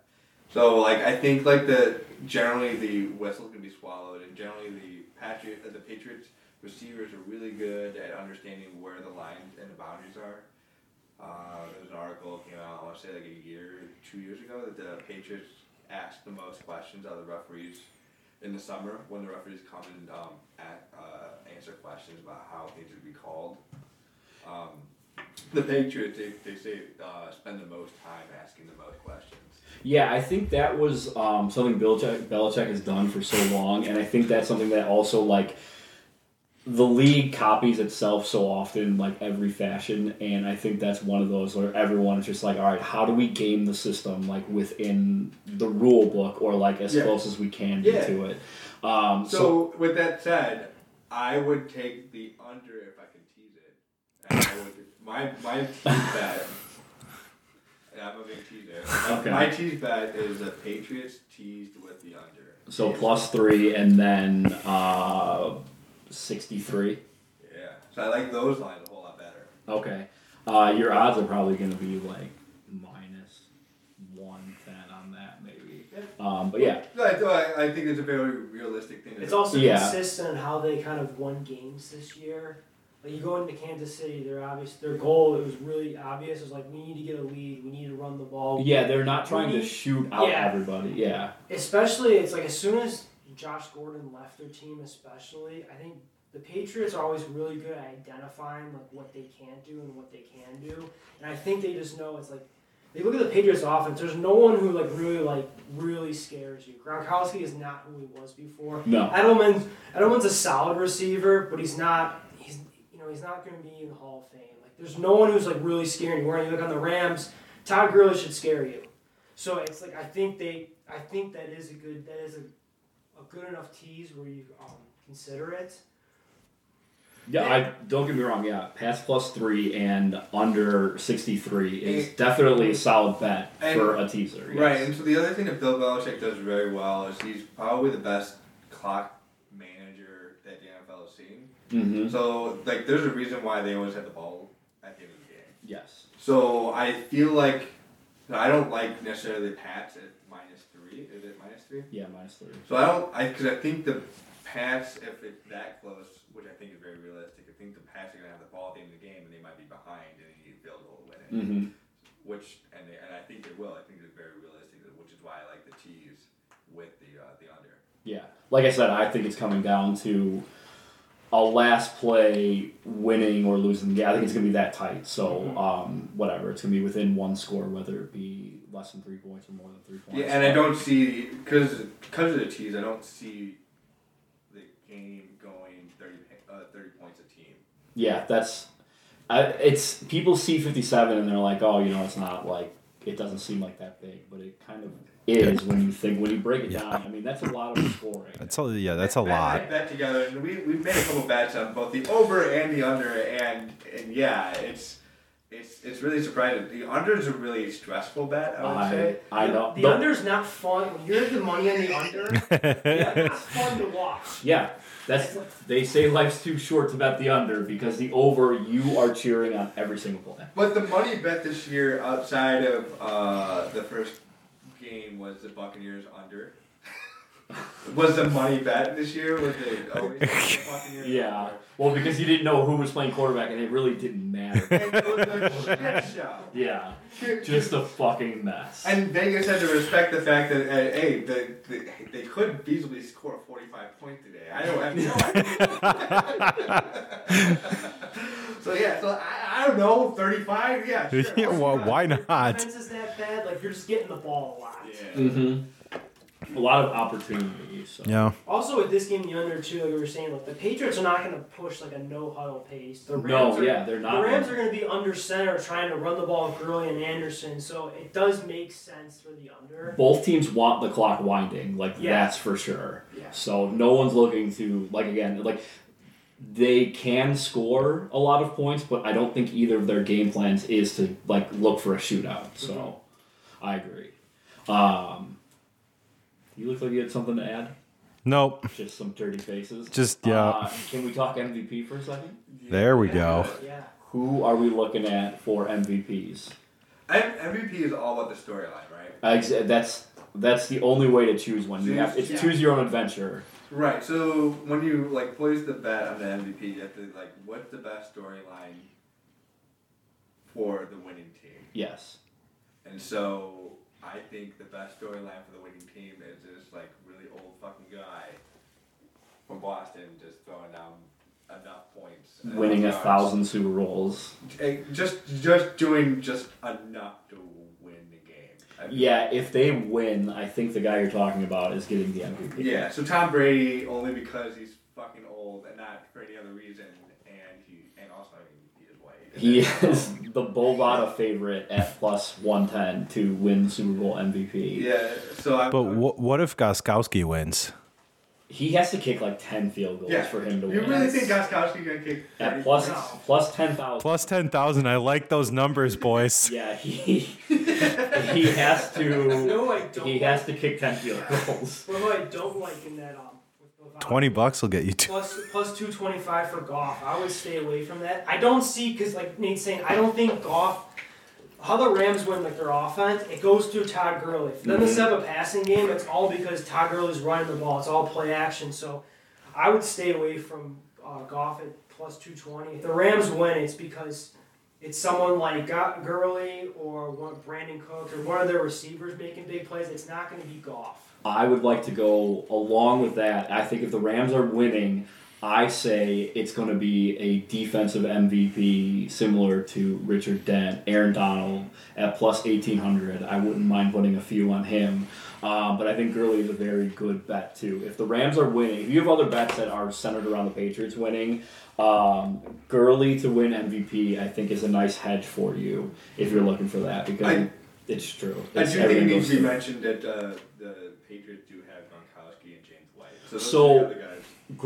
So like I think like the generally the whistle's gonna be swallowed, and generally the Patriot uh, the Patriots receivers are really good at understanding where the lines and the boundaries are. Uh, there was an article that came out I want to say like a year, two years ago that the Patriots asked the most questions of the referees in the summer when the referees come and um, at, uh, answer questions about how things would be called. Um, the Patriots they, they say uh, spend the most time asking the most questions. Yeah, I think that was um, something Belichick, Belichick has done for so long, and I think that's something that also like the league copies itself so often, like every fashion, and I think that's one of those where everyone is just like, all right, how do we game the system like within the rule book or like as Yeah. close as we can Yeah. to it. Um, so, So with that said, I would take the under if I can tease it. And I would my my tease bet. and I'm a big teaser. My- Okay. My tease bet is the Patriots teased with the under. so plus three, and then uh, sixty three. Yeah. So I like those lines a whole lot better. Okay. Uh, your odds are probably going to be like minus 110 on that, maybe. Um, but yeah, No, I, I, I think it's a very realistic thing. to It's do. also Yeah. consistent in how they kind of won games this year. Like you go into Kansas City, their obvious their goal it was really obvious. It was like we need to get a lead, we need to run the Oh. ball. yeah, they're not trying to We- shoot out yeah. everybody. Yeah, Especially it's like as soon as Josh Gordon left their team, especially I think the Patriots are always really good at identifying like what they can't do and what they can do, and I think they just know it's like. They look at the Patriots offense. There's no one who like really like really scares you. Gronkowski is not who he was before. no. Edelman Edelman's a solid receiver, but he's not he's you know he's not going to be in the Hall of Fame. Like there's no one who's like really scaring you. Where you look on the Rams, Todd Gurley should scare you. So it's like I think they I think that is a good that is a, a good enough tease where you um, consider it. Yeah, I don't get me wrong. Yeah, pass plus three and under 63 is And- definitely a solid bet Eh. and- for a teaser. yes. Right, and so the other thing that Bill Belichick does very well is he's probably the best clock manager that the NFL has seen. Mhm. So like, there's a reason why they always have the ball at the end of the game. Yes. So I feel like I don't like necessarily the Pats at minus three. Is it minus three? Yeah, minus three. So I don't. I because I think the Pats, if it's that close, which I think is very realistic, I think the Pats are gonna have the ball at the end of the game and they might be behind and they need a field goal to win it. Mm-hmm. Which and they, and I think they will. I think it's very realistic, which is why I like the tees with the uh, the under. Yeah. Like I said, I think it's coming down to a last play winning or losing the game. I think it's going to be that tight. Mm-hmm. So um, whatever, it's going to be within one score, whether it be less than three points or more than three points. Yeah, and I don't see because because of the tees, I don't see the game going 30, uh, 30 points a team. Yeah, that's. I, it's people see fifty seven and they're like, oh, you know, it's not like it doesn't seem like that big, but it kind of is when you think when you break it down. I mean, that's a lot of scoring. That's a, yeah, that's a Matt and I lot. bet together, and we we made a couple bets on both the over and the under, and and yeah, it's. It's, it's really surprising. The under is a really stressful bet, I would I say. I know. The under's not fun. When you're the money on the under, it's not fun to watch. Yeah, that's they say life's too short to bet the under because the over you are cheering on every single play. But the money bet this year outside of uh, the first game was the Buccaneers under. was the money bet this year? Was it always the Buccaneers Yeah, under? well, because you didn't know who was playing quarterback and it really didn't matter. And it was a shit show. yeah, just a fucking mess. And Vegas had to respect the fact that, uh, hey, the, the, they could feasibly score 45 points today. I don't have no idea. so, yeah, so I, I don't know, 35? Yeah, sure. Yeah, well, why not? Defense is that bad. Like you're just getting the ball a lot. Yeah. Mm-hmm. A lot of opportunities. So. Yeah. Also with this game, the under too, like we were saying, like the Patriots are not going to push like a no huddle pace. The Rams No, are, yeah, they're not. The Rams are going to be under center trying to run the ball with Gurley and Anderson, so it does make sense for the under. both teams want the clock winding like Yeah. that's for sure Yeah. so no one's looking to like again like they can score a lot of points but i don't think either of their game plans is to like look for a shootout so i agree um you look like you had something to add Nope. just some dirty faces Just, yeah. Uh, can we talk mvp for a second There we go. Yeah. who are we looking at for mvps M- MVP is all about the storyline, right? Ex- that's that's the only way to choose one you have it's Yeah. choose your own adventure Right. So when you like place the bet on the MVP, you have to like, what's the best storyline for the winning team? yes And so I think the best storyline for the winning team is this like really old fucking guy from Boston just throwing down enough points, enough winning a yards. thousand Super Bowls. Eh, just just doing just enough to win the game. I mean, Yeah, if they win, I think the guy you're talking about is getting the MVP. Yeah, so Tom Brady only because he's fucking old and not for any other reason, and he and also I mean he is white. He is the Bovada favorite at plus 110 to win the Super Bowl MVP. Yeah, so I. But wh- what if Goskowski wins? He has to kick like 10 field goals yeah, for him to you win. really think Goskowski gonna kick? at 30 plus, points? plus 10,000. Plus 10,000. I like those numbers, boys. Yeah, he he has to No, I don't. he has to kick 10 field goals. But what I don't like in that um. with Bavada- 20 bucks will get you two. Plus, plus 225 for Goff. I would stay away from that. I don't see, because like Nate's saying, I don't think Goff, how the Rams win like their offense, it goes through Todd Gurley. For them to set up a passing game, it's all because Todd Gurley's running the ball. It's all play action. So I would stay away from uh, Goff at plus 220. If the Rams win, it's because it's someone like Go- Gurley or one, Brandon Cook or one of their receivers making big plays. It's not going to be Goff. I would like to go along with that. I think if the Rams are winning, I say it's going to be a defensive MVP similar to Richard Dent, Aaron Donald at plus 1800. I wouldn't mind putting a few on him. Um, but I think Gurley is a very good bet too. If the Rams are winning, if you have other bets that are centered around the Patriots winning, um, Gurley to win MVP, I think is a nice hedge for you if you're looking for that because I- it's true. I do It's- think it everything goes needs to be through. mentioned that uh, the Patriots do have Gronkowski and James White. So those So- are the other guys.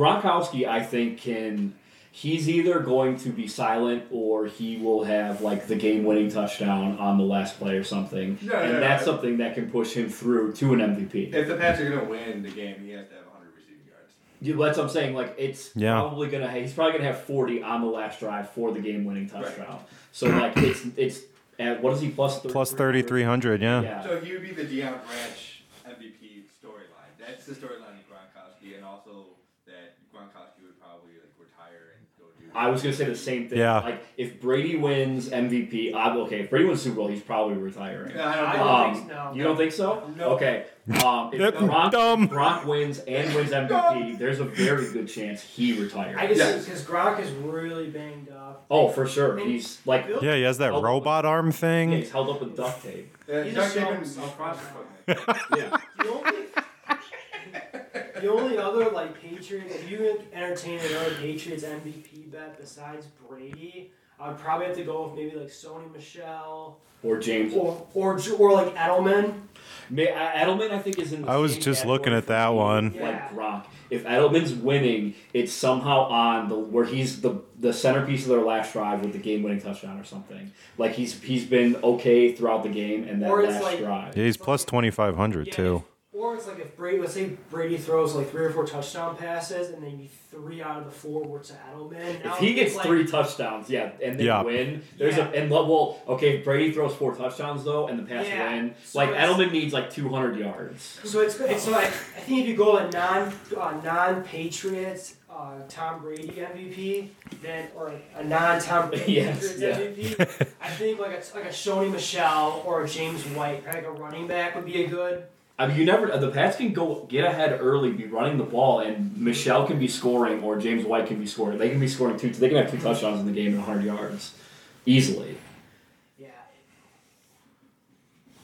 Gronkowski, I think, can. He's either going to be silent or he will have like the game winning touchdown on the last play or something. Yeah, and yeah, that's I- something that can push him through to an MVP. If the Pats are gonna win the game, he has to have 100 receiving yards. You- that's what I'm saying. Like it's Yeah. probably gonna he's probably gonna have 40 on the last drive for the game winning touchdown. So like it's it's at what is he plus 30, Plus 3,300, yeah. Yeah. So he would be the Deion Branch MVP storyline. That's the storyline of Gronkowski, and also that Gronkowski would probably like retire and go do. I was gonna say the same thing. Yeah. Like if Brady wins MVP, I'm okay. If Brady wins Super Bowl, he's probably retiring. Yeah, I don't I think- don't Um, think so. You don't think so? No. Okay. Um, if That's Gronk, dumb. Gronk wins and wins MVP, there's a very good chance he retires. I just Yeah. because Gronk is really banged up. oh, for sure. He's like Bill- Yeah, he has that Oh. robot arm thing. he's held up with duct tape. Yeah, He's duct a tape self- and self- cross equipment. Yeah. The only, the only other like Patriots, if you entertain another Patriots MVP bet besides Brady, I would probably have to go with maybe like Sony Michelle Or James. or or Ju- or like Edelman. May, I- Edelman, I think, is in the I was same just category looking at for that me, one. Yeah. Like Gronk. If Edelman's winning, it's somehow on the where he's the the centerpiece of their last drive with the game winning touchdown or something. Like he's he's been okay throughout the game and that Or it's last like- drive. Yeah, he's plus 2,500 Yeah, too. if- Or it's like if Brady, let's say Brady throws like three or four touchdown passes, and then you three out of the four were to Edelman. Now If he gets it's like, three touchdowns, yeah, and they Yeah. win, there's Yeah. a and lo- well, okay, if Brady throws four touchdowns though, and the pass Yeah. win. So like it's- Edelman needs like 200 yards. So it's good. So I, I think if you go a non uh, non Patriots uh, Tom Brady MVP, then or a non Tom Brady Yes, Patriots yeah. MVP, I think like a, like a Shoney Michelle or a James White, like a running back would be a good. I mean, you never. uh, The Pats can go get ahead early, be running the ball, and Michelle can be scoring, or James White can be scoring. They can be scoring two. They can have two touchdowns in the game and 100 yards, easily. Yeah.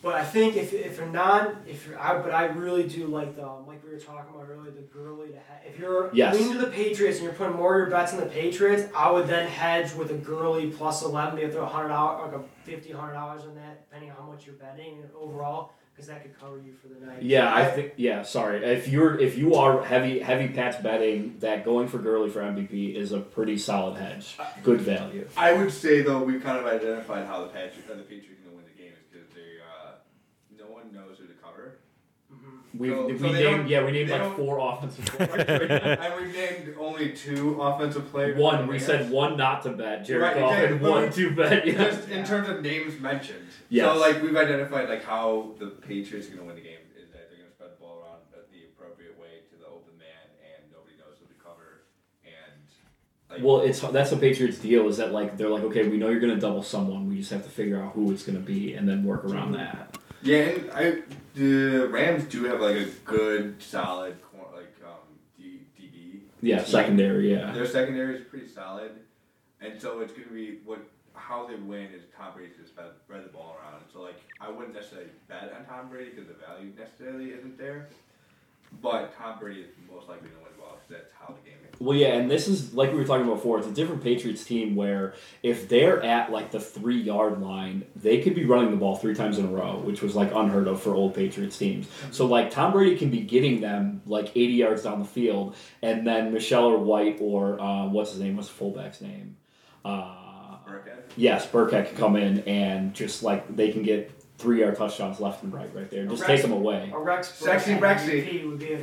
But I think if, if you're non if you're I, but I really do like the um, like we were talking about earlier the girly to he- if you're Yes. leaning to the Patriots and you're putting more of your bets on the Patriots I would then hedge with a girly plus eleven maybe throw a hundred dollars like a fifty hundred dollars on that depending on how much you're betting and overall because that could cover you for the night Yeah, I think. Yeah, sorry. If you're if you are heavy heavy Pats betting, that going for Gurley for MVP is a pretty solid hedge, Uh, good value. I would say though we kind of identified how the Patriot, how the Patriots are gonna win the game is because they uh, no one knows who to cover. We So- we so they named don't- yeah we named they like don't- four offensive players. I renamed only two offensive players. one we said one not to bet. Jared Right, Goff exactly. and one to bet. Yeah. Just in terms of names mentioned. Yes. So like we've identified like how the Patriots are gonna win the game is that they're gonna spread the ball around the- the appropriate way to the open man and nobody knows who to cover and like Well, it's that's the Patriots' deal is that like they're like, okay, we know you're gonna double someone. We just have to figure out who it's gonna be and then work around Mm-hmm. that. Yeah, and I the Rams do have like a good solid cor- like um D, DB. Yeah, secondary. Yeah, Their secondary is pretty solid, and so it's gonna be what how they win is Tom Brady to spread, spread the ball around. So like I wouldn't necessarily bet on Tom Brady because the value necessarily isn't there, but Tom Brady is most likely to win the ball because that's how the game is. Well, yeah, and this is like we were talking about before. It's a different Patriots team where if they're at like the three yard line, they could be running the ball three times in a row, which was like unheard of for old Patriots teams. So like Tom Brady can be getting them like eighty yards down the field, and then Michelle or White or uh, what's his name? What's the fullback's name? Uh, Burkhead? yes, Burkhead can come in and just like they can get three yard touchdowns left and right right there. Just take them away. a Rex Sexy Rexy. Burkhead would be a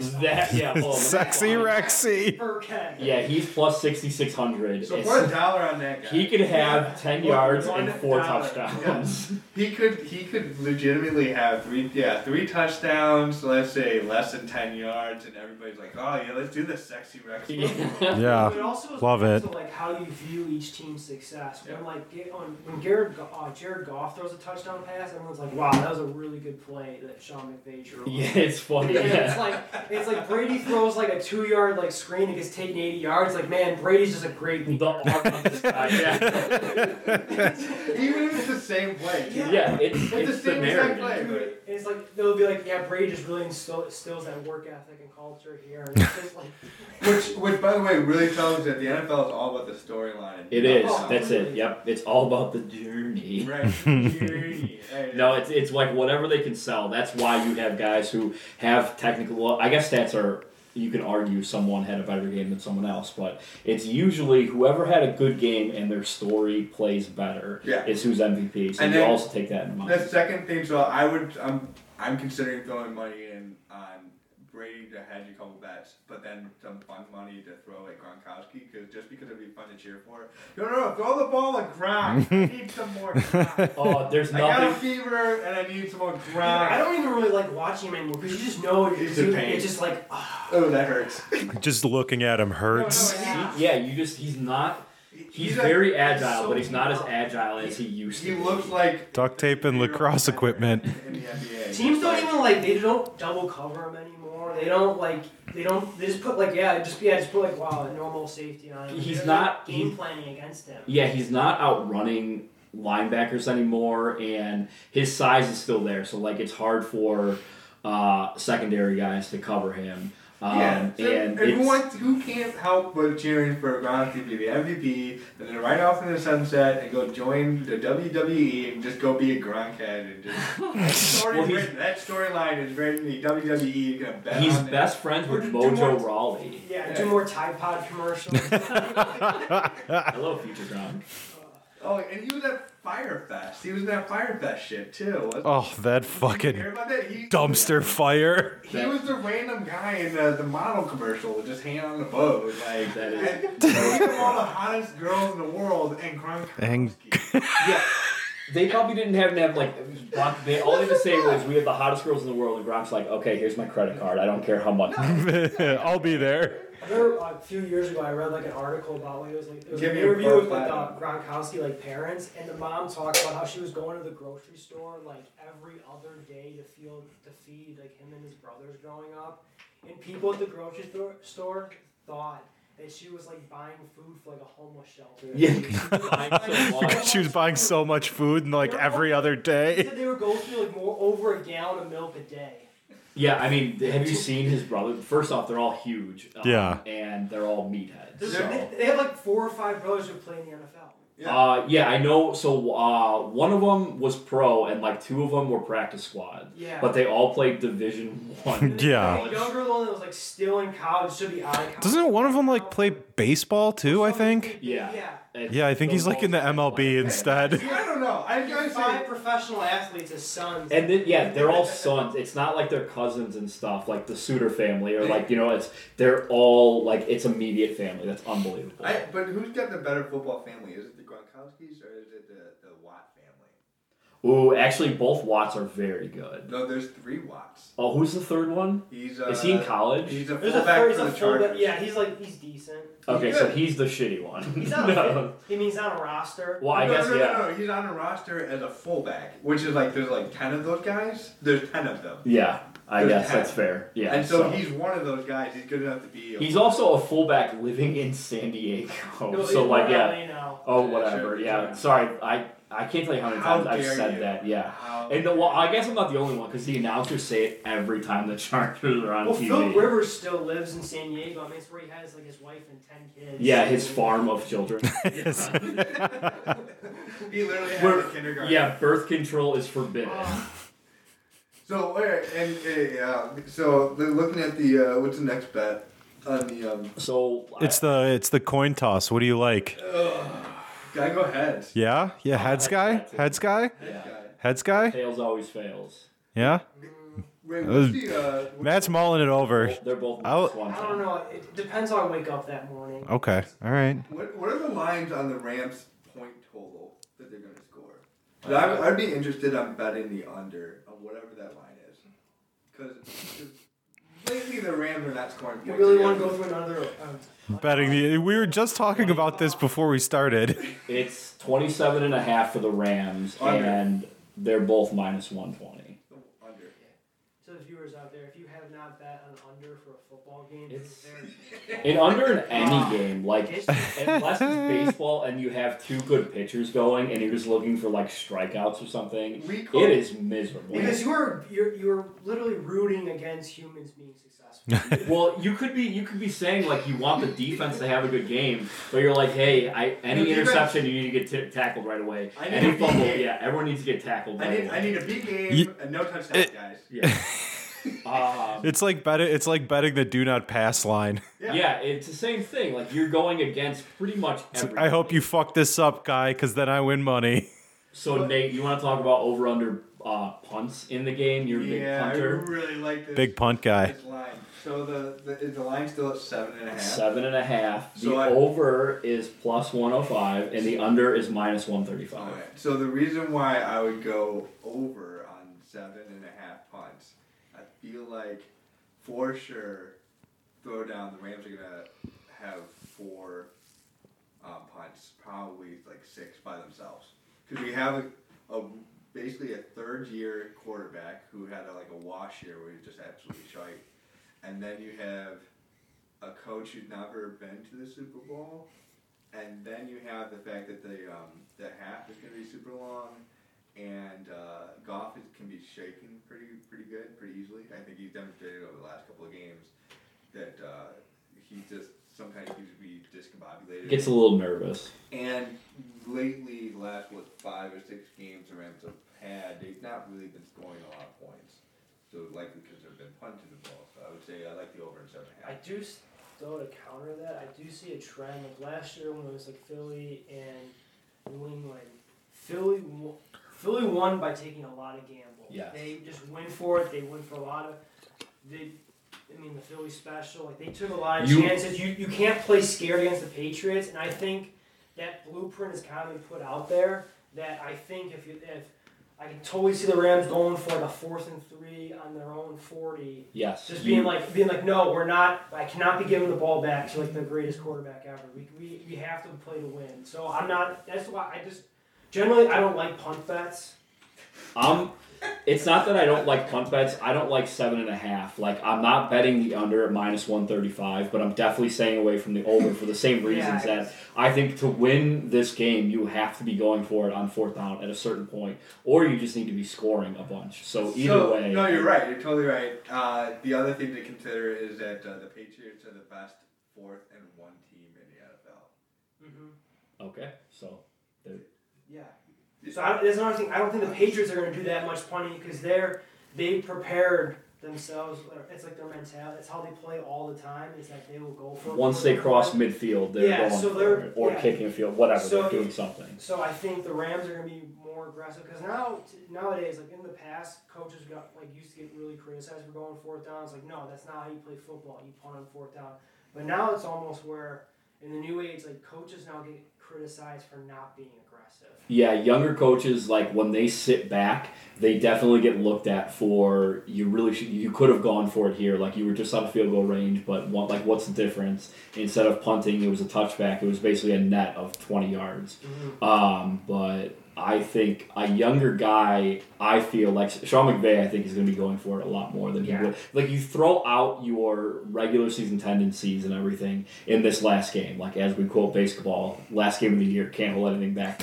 That yeah, oh, Sexy man. Rexy. Burkhead Yeah, he's plus sixty six hundred. So put a dollar on that guy. He could have ten One- yards one and four dollar. touchdowns. He could he could legitimately have three yeah three touchdowns let's say less than ten yards and everybody's like oh yeah let's do the sexy Rex Yeah. It also is Love it. also, like how you view each team's success. When Yeah. like get on when Jared Go- uh, Jared Goff throws a touchdown pass, everyone's like, "Wow, that was a really good play that Sean McVay drew." up." yeah, it's funny. And it's Yeah. like it's like Brady throws like a two yard like screen and gets taken eighty yards. Like man, Brady's just a great. The arm on this side, yeah. even if it's the same play Yeah. Yeah, it's, it's, it's the same exact narrative. play Dude, but it's like they'll be like, yeah, Brady just really instills, instills that work ethic and culture here. And it's just like, Which, which, by the way, really tells that the NFL is all about the storyline. It is. Oh, That's it. really? Yep. It's all about the journey. Right. Journey. Hey, No, it's it's like whatever they can sell. That's why you have guys who have technical. Well, I guess stats are you can argue someone had a better game than someone else, but it's usually whoever had a good game and their story plays better Yeah. is who's MVP. So And you then- also take that in mind. The second thing, so I would, I'm, I'm considering throwing money in on Brady to hedge a couple bets, but then some fun money to throw at Gronkowski, because just because it'd be fun to cheer for. No, no, no, throw the ball at Gronk. I need some more Gronk. Oh, there's I got a nothing. fever and I need some more Gronk. I don't even really like watching him anymore because you just know He's dude, a pain. it's just like, ah, Oh, that hurts. Just looking at him hurts. No, no, I need- Yeah, you just he's not. He's, He's a- very agile, so but he's not as tough. agile as he used He to. be. looks like Duct tape and lacrosse equipment. in the NBA. Teams don't Like, even like they don't double cover him anymore. They don't like they don't they just put like yeah just yeah just put like wow a normal safety on him. He's They're not- game planning against him. Yeah, he's not outrunning linebackers anymore, and his size is still there. So like, it's hard for uh, secondary guys to cover him. Um, Yeah, so and it's- everyone who can't help but cheering for Gronk to be the MVP, and then right off in the sunset and go join the WWE and just go be a Gronk head and just. It's already Well, he's- written. that storyline is written. The WWE is gonna bet he's on it. best friends with Do more- Mojo Rawley. Yeah, do more Tide Pod commercials. Hello, future Gronk. Oh, and he was at Firefest. He was in that Firefest shit too. Wasn't Oh, that he? fucking Hear about that? He- dumpster fire. He was the random guy in the, the model commercial, just hanging on the boat, like That is- and He was all the hottest girls in the world, and Gronk. And- Yeah. They probably didn't have to have like Gronk. They all they had to say was, "We have the hottest girls in the world," and Gronk's like, "Okay, here's my credit card. I don't care how much." I'll be there. There, a few years ago, I read like an article about like it was like it was Give an me a interview with like uh, profile. Gronkowski like parents, and the mom talked about how she was going to the grocery store like every other day to feel to feed like him and his brothers growing up, and people at the grocery store store thought that she was like buying food for like a homeless shelter. Yeah. She was buying so much. She was buying so much food and like every other They day. said they were going through like more over a gallon of milk a day. Yeah, I mean, have you seen his brother? First off, they're all huge. um, Yeah. and they're all meatheads. There's- So. They, they have like four or five brothers who play in the NFL. Yeah. Uh, yeah, I know. So uh, one of them was pro, and like two of them were practice squad. Yeah. But they all played Division One. Yeah. The younger one that was like still in college should be out of college. Doesn't one of them like play baseball too? I think. Yeah. Yeah. It's Yeah, I think the he's like in the most- MLB instead. I don't know. I gotta Five say, professional athletes as sons. And then yeah, they're all sons. It's not like they're cousins and stuff, like the Suter family, or like you know, it's they're all like it's immediate family. That's unbelievable. I, but who's got the better football family? Is it the Gronkowskis or is it the, the Watt family? Ooh, actually, both Watts are very good. No, there's three Watts. Oh, who's the third one? He's uh, Is he in college? He's a There's a fullback third, he's for a the fullback. Chargers. Yeah, he's like he's decent. Okay, so good. he's the shitty one. He's not. no. A, he means not a roster. Well, I no, guess no, no, yeah. no, no. He's on a roster as a fullback, which is like there's like ten of those guys. There's ten of them. Yeah, I There's guess ten. that's fair. Yeah, and so, he's one of those guys. He's good enough to be. A he's also a fullback living in San Diego. No, so he's like more yeah. LA now. Oh Yeah, whatever. sure, yeah. sure. Sorry, I I can't tell you how many How times I've dare said you. that. Yeah. How- And the, well, I guess I'm not the only one because the announcers say it every time the Chargers are on Well, TV. Phil Rivers still lives in San Diego. I mean, it's where he has like his wife and ten kids. yeah, his farm of children. he literally We're- has a kindergarten. yeah, birth control is forbidden. So all right, and uh, yeah, so they're looking at the uh, what's the next bet on the um. So It's the it's the coin toss. What do you like? Guy go heads. Yeah, yeah. Heads guy. Heads guy. I, yeah, Guy. Heads guy. tails always fails. Yeah. Wait, what's the uh? Matt's mulling it over. They're both I'll- minus one. I don't know. It depends how I wake up that morning. Okay. All right. What, what are the lines on the Rams' point total that they're going to score? Uh, 'Cause I, I'd be interested on betting the under on whatever that line is. Because lately the Rams are not scoring You points. really again. want to go through another? Um, Betting the. We were just talking about this before we started. It's 27 and a half for the Rams, Under. and they're both minus 120. under. to the viewers out there, if you have not bet an under for a football game, It's- it's very. And under in Ah. any game, like It's- unless it's baseball and you have two good pitchers going and you're just looking for like strikeouts or something, We call- it is miserable. Because you are you're you're literally rooting against humans being successful. well, you could be you could be saying like you want the defense to have a good game, but you're like, hey, I No, any defense- interception you need to get t- tackled right away. I need Any to be- fumble, yeah, everyone needs to get tackled. I right need, away. I need a big game You- and no touchdowns, it- guys. yeah. Um, It's like betting. It's like betting the do not pass line. yeah. Yeah. it's the same thing. Like you're going against pretty much. Everything. I hope you fuck this up, guy, because then I win money. So Nate, you want to talk about over under uh, punts in the game? You're a big yeah, I punter. really like this, Big punt guy. this line. So the, the is the line still at seven and a half? Seven and a half. The So I- over is plus one hundred five, and the under is minus one thirty All five. right. So the reason why I would go over on seven and a half punts, I feel like for sure, throw down the Rams are gonna have four um, punts, probably like six by themselves. Because we have a, a basically a third year quarterback who had a, like a wash year where he was just absolutely shite, and then you have a coach who's never been to the Super Bowl, and then you have the fact that the um, the half is going to be super long. And uh, Goff is, can be shaken pretty pretty good, pretty easily. I think he's demonstrated over the last couple of games that uh, he just sometimes he could be discombobulated. Gets a little nervous. And lately, the last what five or six games the Rams have had, they've not really been scoring a lot of points. So likely because they've been punting the ball. So I would say I like the over in seven and a I half. do, s- though, to counter that, I do see a trend. Like last year when it was like Philly and New England, Philly, wo- Philly won by taking a lot of gamble. Yes. They just went for it. They went for a lot of. They, I mean, the Philly special. Like they took a lot of You- chances. You you can't play scared against the Patriots, and I think that blueprint is kind of been put out there. That I think if you if I can totally see the Rams going for like a fourth and three on their own forty. Yes. Just you- being like, being like, no, we're not. I cannot be giving the ball back to like the greatest quarterback ever. We, we, we have to play to win. So I'm not. That's why I just generally I don't like punt bets. I'm. It's not that I don't like punt bets. I don't like seven and a half. Like I'm not betting the under at minus one thirty five, but I'm definitely staying away from the over for the same reasons Yeah. that I think to win this game you have to be going for it on fourth down at a certain point, or you just need to be scoring a bunch. So either so, way, no, you're right. You're totally right. Uh, the other thing to consider is that uh, the Patriots are the best fourth and one team in the okay. So Yeah. NFL. So I, that's another thing. I don't think the Patriots are going to do that much punting because they're they prepared themselves. It's like their mentality. It's how they play all the time. Is that they will go for it. once they cross midfield, they're Yeah, going so for they're- it, or yeah. kicking a field, whatever. So they're doing you- something. So I think the Rams are going to be more aggressive because now nowadays, like in the past, coaches got like used to get really criticized for going fourth down. It's like no, that's not how you play football. You punt on fourth down. But now it's almost where in the new age, like coaches now get criticized for not being aggressive. Yeah, younger coaches like when they sit back, they definitely get looked at for you really should, you could have gone for it here like you were just out of field goal range, but what, like what's the difference? Instead of punting, it was a touchback. It was basically a net of 20 yards. Um, but I think a younger guy, I feel like Sean McVay, I think is going to be going for it a lot more than Yeah. he would. Like you throw out your regular season tendencies and everything in this last game. Like as we quote baseball, last game of the year, can't hold anything back.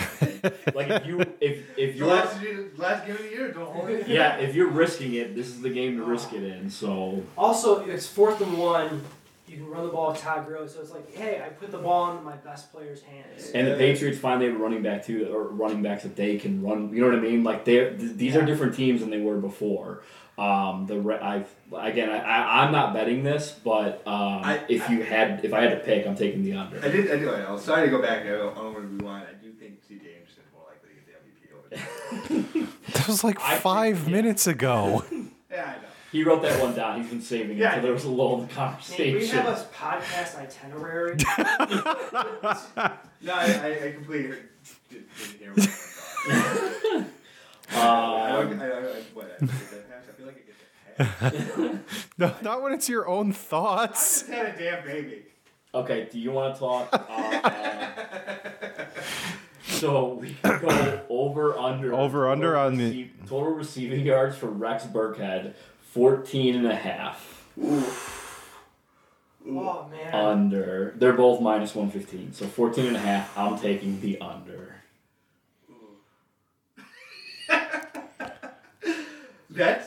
like if you if if The you're last, last game of the year, don't hold it. yeah if you're risking it, this is the game to risk it in. So Also, if it's fourth and one. You can run the ball with Todd Gurley, so it's like, hey, I put the ball in my best player's hands. and the Patriots find they have a running back too or running backs that they can run. You know what I mean? Like they th- these are Yeah. different teams than they were before. Um, the re- I've again I, I I'm not betting this, but um, I- if you had if I had to pick, I'm taking the under. I did. I do. I was sorry to go back. I don't, I don't want to rewind. I do think C.J. Anderson's more likely to get the MVP over. Joe Burrow. That was like I think- five yeah. minutes ago. yeah, I know. He wrote that one down. He's been saving it Yeah. until there was a lull in the Nate, we conversation. have a podcast itinerary. No, I, I, I completely heard, didn't, didn't hear what you thought. Um, I, don't- Um, I, I, I, what, I, get that hash? I feel like I get the hash. no, not when it's your own I thoughts. just had a damn baby. okay, do you want to talk? Uh, uh, so we can go over under. Over, under Total on the- receive- Total receiving yards for Rex Burkhead 14 and a half. oh man. Uh, Under. They're both minus 115. So 14 and a half. I'm taking the under. That's.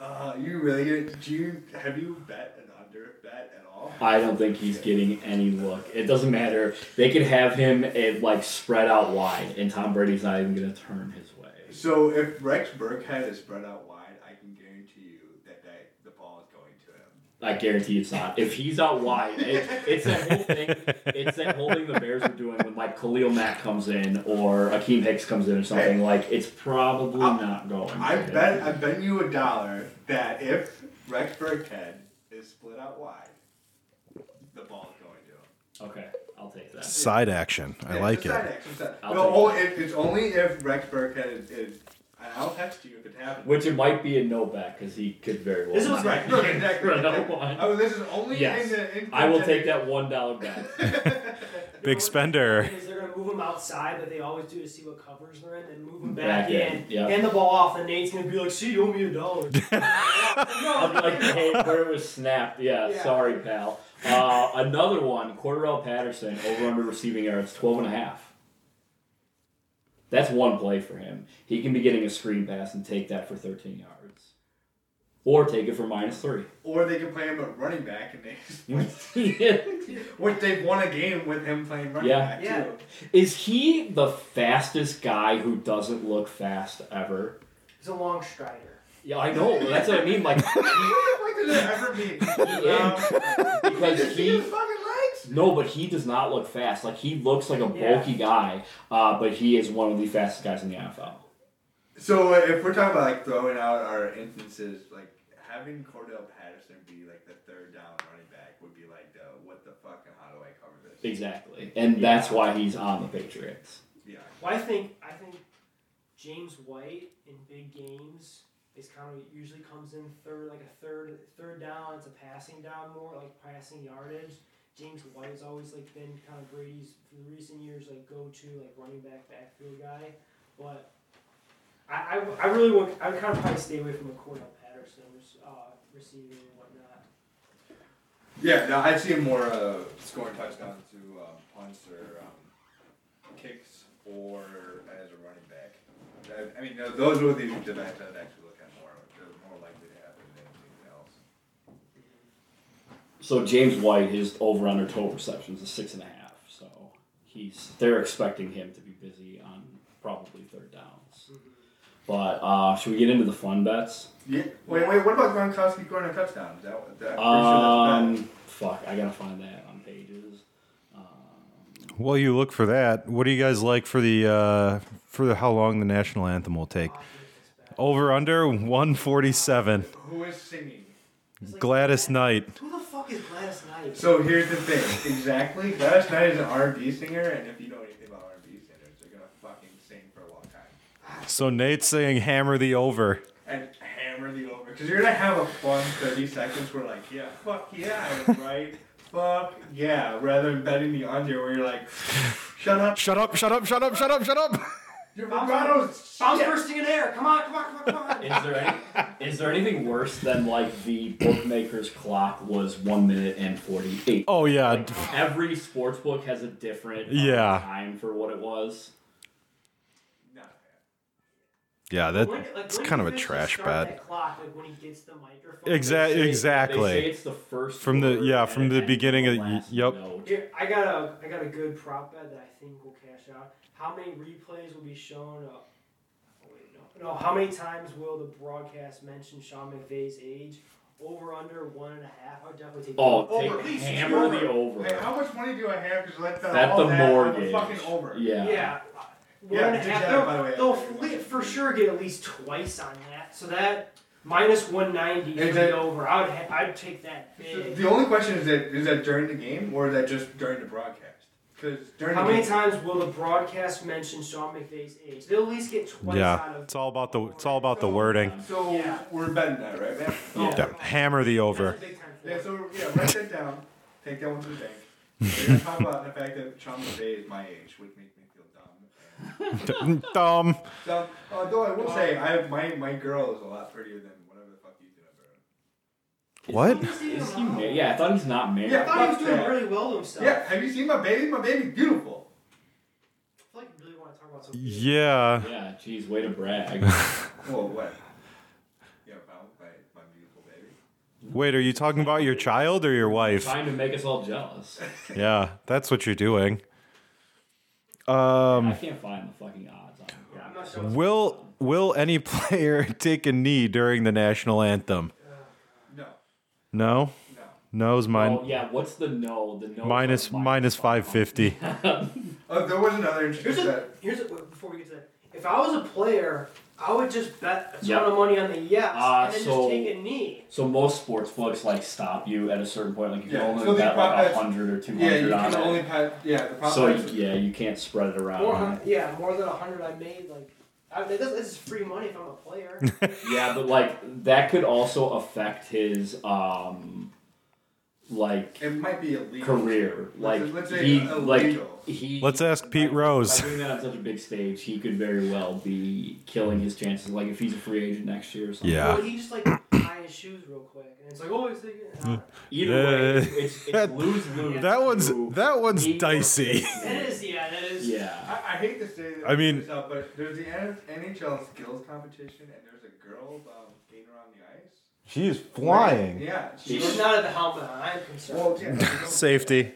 Uh, you really do you have you bet an under bet at all? I don't think he's getting any look. It doesn't matter. They could have him eh, like spread out wide, and Tom Brady's not even going to turn his way. So if Rex Burkhead is spread out wide, I can guarantee you that, that the ball is going to him. I guarantee it's not. If he's out wide, it, it's that whole thing. It's that whole thing the Bears were doing when like Khalil Mack comes in or Akeem Hicks comes in or something. Like it's probably I- not going. I to. bet I bet you a dollar that if Rex Burkhead is split out wide, the ball's going to him. Okay, I'll take that. Side action. I Yeah, like it's a side it. action, it's a- I'll No, take oh, it, it's only if Rex Burkhead is, is. And I'll text you if it happens. Which it might be a no bet because he could very well. This was- right? Right, exactly. Right, no exactly. one. Oh, this is only Yes. in the. In I will take that one dollar bet. Big spender. Because they're gonna move them outside, but they always do to see what covers they're in, then move them Back back, in, in, yeah. hand the ball off, and Nate's gonna be like, "See, you owe me a dollar." I'm like, hey, where it was snapped. Yeah, Yeah. sorry, pal. Uh, another one, Cordell Patterson, over under receiving yards, 12 and a half. That's one play for him. He can be getting a screen pass and take that for 13 yards. Or take it for minus three. Or they could play him at running back, and they Is which they won a game with him playing running Yeah. back Yeah. too. he the fastest guy who doesn't look fast ever? He's a long strider. Yeah, I know. That's what I mean. Like, he- what did it ever mean? Yeah. Um, Because did you see he- his fucking legs. No, but he does not look fast. Like he looks like a Yeah. bulky guy, uh, but he is one of the fastest guys in the NFL. So uh, if we're talking about like throwing out our instances, like having Cordell Patterson be like the third down running back would be like the what the fuck and how do I cover this? Exactly, and that's why he's on the Patriots. Yeah. Well, I think I think James White in big games is kind of usually comes in third, like a third third down. It's a passing down more, like passing yardage. James White has always like been kind of Brady's for the recent years like go to like running back backfield guy, but I, I, I really would I would kind of probably stay away from a Cordell Patterson uh, receiving and whatnot. Yeah. No, I'd see him more uh, scoring touchdowns to um, punts or um, kicks or as a running back. I, I mean, no, those are the events that I'd actually look at more. They're more likely to happen than anything else. So James White, his over under total receptions is six and a half. So he's they're expecting him to be busy on probably third downs. But uh, should we get into the fun bets? Yeah. Wait, wait. What about Gronkowski scoring a touchdown? Is that, what- that, I'm pretty sure that's Um, fuck, I gotta find that on pages. While you look for that, what do you guys like for the uh, for the, how long the national anthem will take? Over under 147. bad. Who is singing? Gladys Knight. Who the fuck is Gladys Knight? So here's the thing. Exactly. Gladys Knight is an R&B singer, and if you know anything about R&B singers, they're gonna fucking sing for a long time So Nate's saying hammer the over. and hammer the over because you're gonna have a fun 30 seconds where like, yeah, fuck yeah, I was right. Fuck yeah, rather than betting the under where you're like, shut up, Shut up, shut up, shut up, shut up, shut up. your Roberto's I was shit. bursting in air. Come on, come on, come on, come on. Is there any, is there anything worse than like the bookmaker's clock was one minute and forty eight? Oh yeah. Every sports book has a different uh, Yeah. time for what it was. Nah, man. Yeah, When- that like, it's when kind of does a this trash start bet. that Clock, like when he gets the microphone. Exact- They say- E-, exactly. They say it's the first From the- word yeah, and from it the ends beginning with of- the last yep. note. Here, I got a I got a good prop bet that I think will cash out. How many replays will be shown? Uh, oh wait, no, no. How many times will the broadcast mention Sean McVay's age? Over under one and a half. I would definitely take. Oh, Over, take please, hammer it's the over. Like, how much money do I have? Because let the That's all the that on mortgage. the fucking over. Yeah. yeah. uh, One Yeah, and a dig half. that up, by the way. They'll, they'll f- for sure get at least twice on that. So that minus one ninety Is for it- the over. I would ha- I'd take that So big. The only question is that is that during the game or is that just during the broadcast? Because during How the many game, times will the broadcast mention Sean McVay's age? They'll at least get twice out Yeah. of. It's all about the it's all about the wording. so Yeah. we're betting that, right, man? Yeah, hammer the over. That's a big time for Yeah. it. So we're- yeah, write that down. Take that one to the bank. We're gonna talk about the fact that Sean McVay is my age, which makes me feel dumb. Dumb. So, although I will say, I my my girl is a lot prettier than whatever the fuck you did up there. What? He's doing Is he well. ma- Yeah, I thought he's not married. I Yeah. thought he was doing Yeah. really well to himself. Yeah. Have you seen my baby? My baby's beautiful. I feel like you really want to talk about something. Yeah. Yeah, geez, way to brag. Whoa, what? Yeah, well, my my beautiful baby. Wait, are you talking about your child or your wife? Trying to make us all jealous. Yeah, that's what you're doing. Um I can't find the fucking odds on it. Yeah, I'm not sure. what's- Will will any player take a knee during the national anthem? No, No? no. No's mine Oh, yeah, what's the no? The no is minus like minus five fifty. Oh, there was another Here's interesting a, bet. here's a, wait, before we get to that. If I was a player, I would just bet a ton Yeah. of money on the yes Ah, and then so- just take a knee. So most sports books like stop you at a certain point, like you Yeah, can so only they bet like profit- a hundred or two Yeah, you hundred can on only it. have yeah. The So problem you- yeah, you can't spread it around. More, hun- yeah, more than a hundred I made. Like, I, that- that's, that's free money if I'm a player. Yeah, but like that could also affect his um like It might be illegal. career. Like Let's- let's say he, illegal. like he. Let's ask Pete by- Rose. By doing that on such a big stage, he could very well be killing his chances. Like if he's a free agent next year or something. Yeah. Well, he just like tie his shoes real quick, and it's like, oh, he's Hmm. thinking. Either way, it's, it's, it's lose lose. That one's that one's He- dicey. That is, yeah, that is. Yeah. I, I hate to say this. I mean- this out, but there's the N- NHL skills competition, and there's a girl um, skating around the ice. She is Yeah. She He's not at the helm, but I'm concerned. well, yeah, you know, Safety.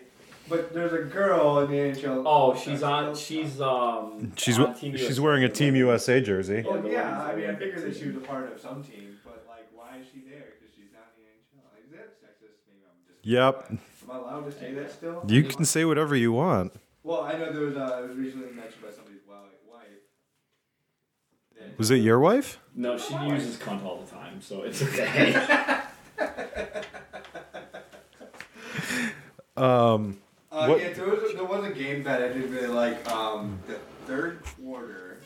but there's a girl in the NHL. Oh, she's on. She's um. She's on Team she's USA. wearing a Team USA jersey. Well, Yeah, the yeah, ones I mean, I that- figured that she was a part of some team, but like, why is she there? Because she's not in the NHL. Is that sexist? Maybe I'm just. Yep. Am I allowed to say that still? You can say whatever you want. Well, I know there was. Uh, it was recently mentioned by somebody's wi- wife. that- Was it your wife? No, she uses cunt all the time, so it's okay. Um, Uh, What- Yeah, there was, a, there was a game that I didn't really like. Um, the third quarter,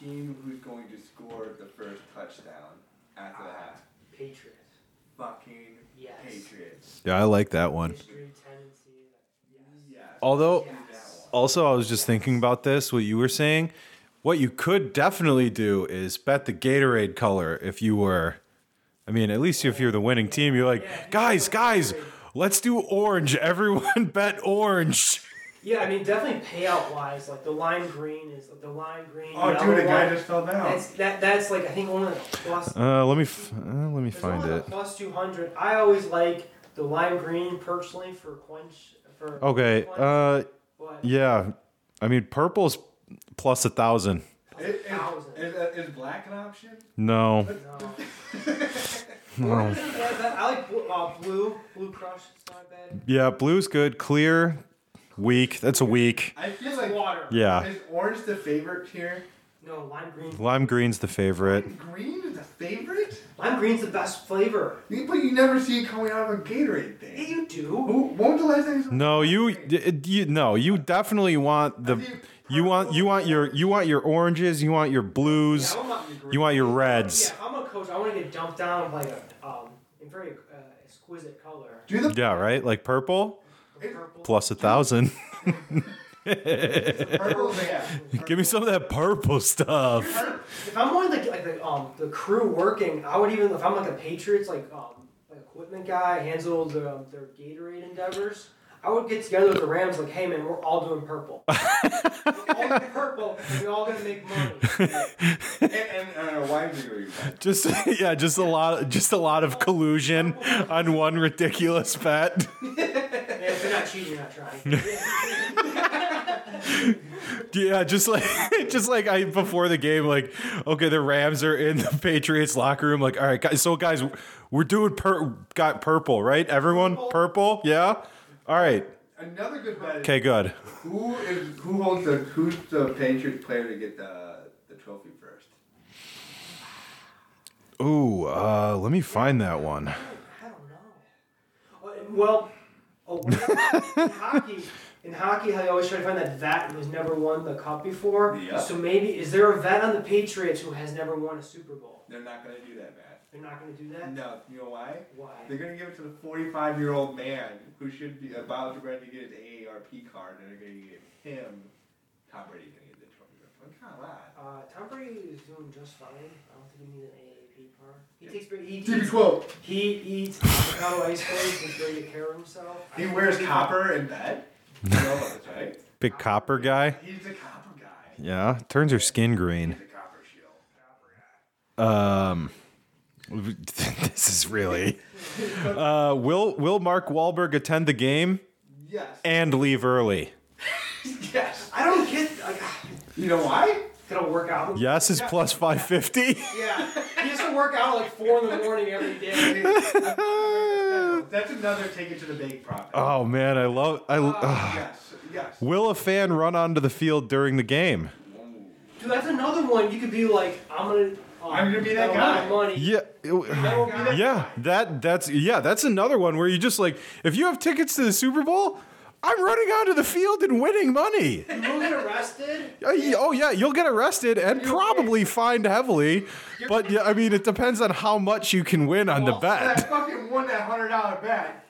team who's going to score the first touchdown at the half. Patriots. Fucking Yes. Patriots. yeah, I like that one. History, tendency. Yes. Yeah. Although, Yes. also, I was just thinking about this. What you were saying, what you could definitely do is bet the Gatorade color if you were. I mean, at least if you're the winning team, you're like, guys, guys, let's do orange. Everyone bet orange. Yeah, I mean, definitely payout wise, like the lime green is the lime green. Oh, yellow dude, a guy one. just fell down. That's that. That's like I think only like plus. Uh, let me f- uh, let me there's find only it. like Plus two hundred. I always like the lime green personally for quench for. Okay. quench, Uh, but yeah. I mean, purple's plus a thousand. Is, is, Thousand. is, uh, is black an option? No. no. Or is it that bad? I like blue, uh, blue. Blue crush. It's not bad. Yeah, blue's good. Clear, weak. That's a weak. I feel like. Water. Yeah. Is orange the favorite here? No, lime green. Lime green's the favorite. Green is the favorite? Lime green's the best flavor. You- But you never see it coming out of a Gatorade Yeah, thing. you do. Who, when was the last time you saw No, you, d- you no, you definitely want the you want you want your you want your oranges, you want your blues, Yeah, I'm not- you want your reds. Yeah, I'm a coach. I want to get dumped down like a um, in very uh, exquisite color. Do the Yeah, right? Like purple Purple. plus a thousand. purple yeah. Give me some of that purple stuff. If I'm only like like the um the crew working, I would even if I'm like a Patriots like um like equipment guy handle the, um, their Gatorade endeavors. I would get together with the Rams like, hey man, we're all doing purple. we're all doing purple. and We're all gonna make money. and, and uh, why did you go Just yeah, just a lot just a lot of collusion on one ridiculous bet. And if they're not cheating, they're not trying. Yeah, just like just like I before the game, like okay, the Rams are in the Patriots locker room. Like, all right, guys, so guys, we're doing pur- got purple, right? Everyone purple, yeah. All right, Another good bet. okay, good. Who is who holds the who's the Patriots player to get the the trophy first? Ooh, uh, let me find that one. I don't know. Uh, Well, oh, in hockey, in hockey, I always try to find that vet who's never won the cup before. Yeah. So maybe is there a vet on the Patriots who has never won a Super Bowl? They're not gonna do that, man. They're not going to do that. No, you know why? Why? They're gonna give it to the 45 year old man who should be about to ready to get his AARP card, and they're gonna give him. Tom Brady's gonna get the trophy. Like, come on. Uh, Tom Brady is doing just fine. I don't think he needs an AAP card. He Yeah. takes very- he eats, TB12. he eats avocado ice cream. He's very to care of himself. He I think wears he's- copper in bed. You know about this, right? Big copper guy. He's the copper guy. Yeah, turns your skin green. He's the copper shield. Copper guy. Um, this is really. Uh, will Will Mark Wahlberg attend the game Yes. and leave early? yes. I don't get like You know why? gonna work out. Yes is plus five fifty. Yeah. He has to work out at like four in the morning every day. That's another take it to the bank prop. Oh man, I love I. ugh. Yes, yes. Will a fan run onto the field during the game? Dude, that's another one. You could be like, I'm gonna. um, I'm gonna be that a guy. lot of Money. Yeah. Yeah, that that's yeah, that's another one where you just like if you have tickets to the Super Bowl, I'm running onto the field and winning money. You will get arrested. Uh, y- Oh yeah, you'll get arrested and probably fined heavily, but yeah, I mean it depends on how much you can win on the That bet. fucking won that hundred dollar bet.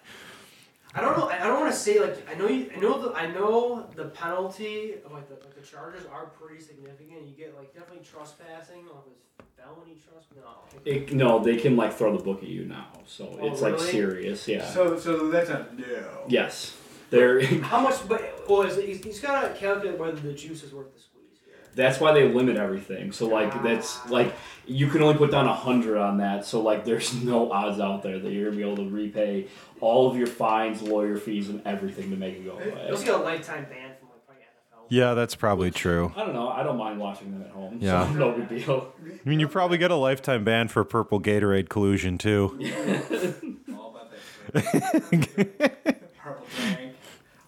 I don't know. I I don't want to say like I know. You, I know. The, I know the penalty of like the, like the charges are pretty significant. You get like definitely trespassing. Or if it's felony trespass. No. It, no, they can like throw the book at you now, so Oh, it's like really? serious. Yeah. So, so that's a no. yes, they're. How much? But well, is it, he's, he's got to calculate whether the juice is worth the squeeze here. That's why they limit everything. So like that's like you can only put down a hundred on that. So like there's no odds out there that you're gonna be able to repay all of your fines, lawyer fees, and everything to make it go He's away. got a lifetime ban from like probably NFL. Yeah, that's probably true. I don't know. I don't mind watching them at home. Yeah. So no big deal. I mean, you probably get a lifetime ban for purple Gatorade collusion too. All about that. Purple drink.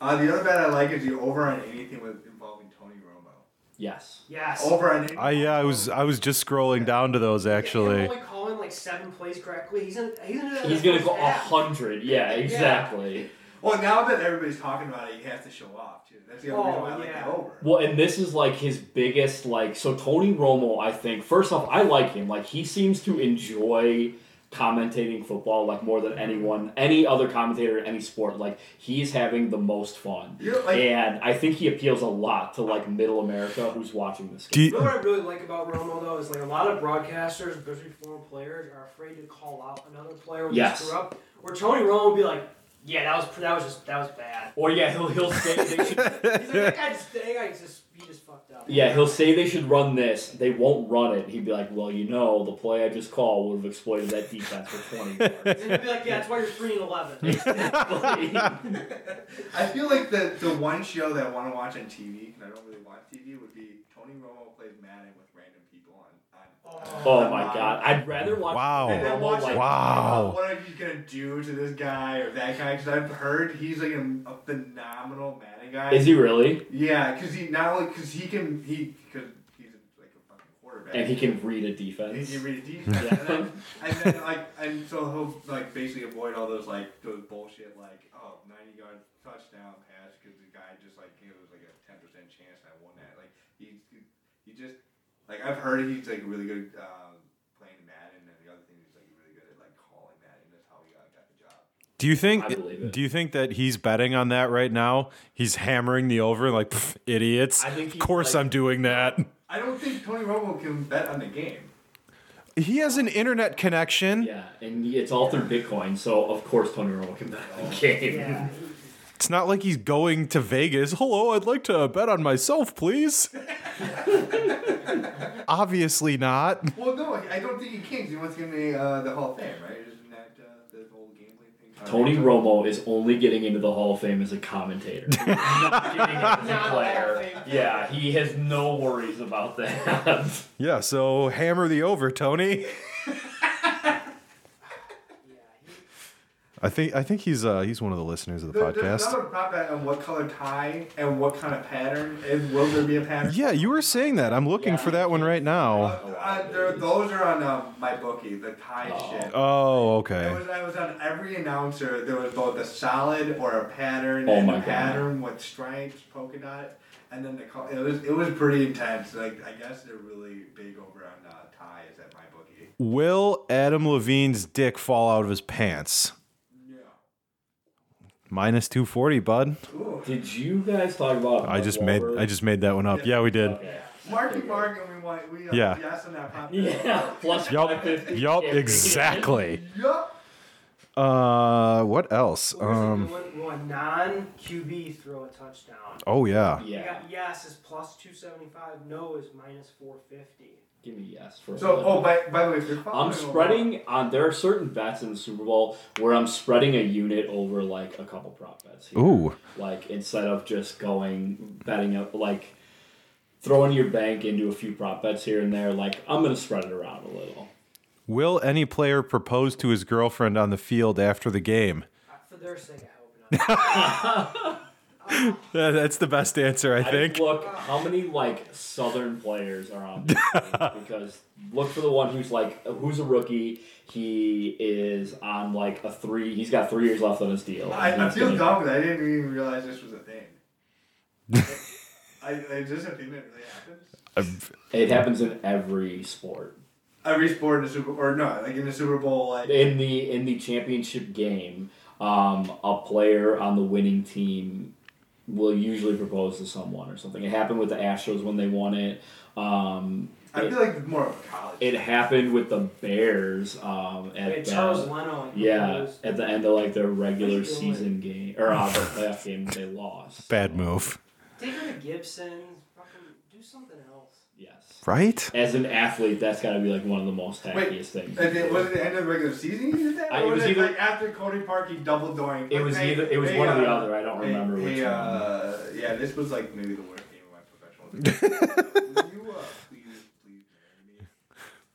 Uh, the other bet I like is the over on anything with involving Tony Romo. Yes. Yes. Oh, Over on anything. I yeah, I was I was just scrolling down to those If actually. I'm only calling like seven plays correctly. He's in. He's, in He's gonna go a Yeah. hundred. Yeah. Exactly. Well, now that everybody's talking about it, he has to show off too. That's the other reason Oh, why I like yeah. the over. Well, and this is like his biggest like. So Tony Romo, I think. First off, I like him. Like he seems to enjoy commentating football like more than anyone, any other commentator in any sport. Like he's having the most fun, You know, like- and I think he appeals a lot to like middle America who's watching this. Do You you, know what I really like about Romo though is like a lot of broadcasters, especially former players, are afraid to call out another player when Yes. they screw up. Where Tony Romo would be like, "Yeah, that was pr- that was just that was bad." Or yeah, he'll he'll say they should. He's like, "That guy just that guy just he just fucked up." Yeah, he'll say they should run this. They won't run it. He'd be like, "Well, you know, the play I just called would have exploited that defense for twenty yards." And he'd be like, "Yeah, that's why you're three and 11. I feel like the, the one show that I want to watch on TV, and I don't really watch TV, would be Tony Romo plays Madden with random people on. on Oh my god, I'd rather watch. Wow. And then Romo, watch like, like, Oh, Wow. What are you gonna do to this guy or that guy? Because I've heard he's like a, a phenomenal Madden guy. Is he really? Yeah, because he not only because he can he because he's like a fucking quarterback. And he can read a And he defense. can read defense. and, then, and then like and so he'll like basically avoid all those like those bullshit like oh 90 yard touchdown pass because the guy just like it was like a ten percent chance I won that like he he just like I've heard he's like really good um, playing Madden and the other thing is like really good at like calling Madden. That's how he got, got the job. do you I believe it. think do you think that he's betting on that right now? He's hammering the over and like "Pff, idiots. I think of he's course like- I'm doing that. I don't think Tony Romo can bet on the game. He has an internet connection. Yeah, and it's all through Bitcoin, so of course Tony Romo can bet on the game. Yeah. It's not like he's going to Vegas. Hello, I'd like to bet on myself, please. Obviously not. Well, no, I I don't think he can. 'cause He wants to get in the, uh, the Hall of Fame, right? Isn't that uh, the whole gambling thing? Tony Romo is only getting into the Hall of Fame as a commentator. He's not getting in as a Not a Hall of player. Fame. Yeah, he has no worries about that. Yeah, so hammer the over, Tony. Yeah, he- I think I think he's uh he's one of the listeners of the There- There's podcast. another prop bet on what color tie and what kind of pattern, and will there be a pattern? Yeah, you were saying that. I'm looking Yeah. for that one right now. Uh, uh, there- those are on uh, my bookie, the tie shit. Oh, It okay. was, I was on every announcer. There was both a solid or a pattern, Oh and my a God. pattern with stripes, polka dot, and then the col- it was it was pretty intense. Like I guess they're really big over on uh, ties at my bookie. Will Adam Levine's dick fall out of his pants? Yeah. Minus 240, bud. Ooh. Did you guys talk about? I Mark just made Wahlberg? I just made that one up. Yeah, we did. Okay. Marky Mark and we want we uh, Yeah. yes on that pop. Yeah, plus Yup. 550. Yup, exactly. Yup. Uh what else? what was it? Um Will- will a non QB throw a touchdown? oh yeah. You Yeah, got yes is plus two seventy five. No is minus four fifty. give me yes for. a So, minute. oh, by, by the way, if you're I'm following along- spreading on. There are certain bets in the Super Bowl where I'm spreading a unit over like a couple prop bets. here. Ooh. Like instead of just going betting up, like throwing your bank into a few prop bets here and there. Like I'm gonna spread it around a little. Will any player propose to his girlfriend on the field after the game? Uh, For their sake, I hope not. Uh, That's the best answer, I I think. look how many like Southern players are on this team, because look for the one who's like who's a rookie. He is on like a three. He's got three years left on his deal. I, and I he's feel gonna- dumb because I didn't even realize this was a thing. I, is this a thing that really happens? It happens in every sport. Every sport in the Super or no, like in the Super Bowl, like in the in the championship game um, a player on the winning team will usually propose to someone or something. It happened with the Astros when they won it. Um, I feel like it's more of a college. it happened with the Bears um, at Hey, the- Charles Leno. like, yeah, was- at the end of like their regular What you doing? season game or uh, the playoff game they lost. Bad move. Take her to Gibson. Fucking do something else. Yes. Right? As an athlete, that's got to be like one of the most Wait, happiest things. And it, was it the end of the regular season he did that? I- or it was was it either- like after Cody Park he double doing? It was either it was one or the other. I don't uh, Hey, remember hey, which one. uh, Yeah, this was like maybe the worst game of my professional life. Will you uh, please, please marry me?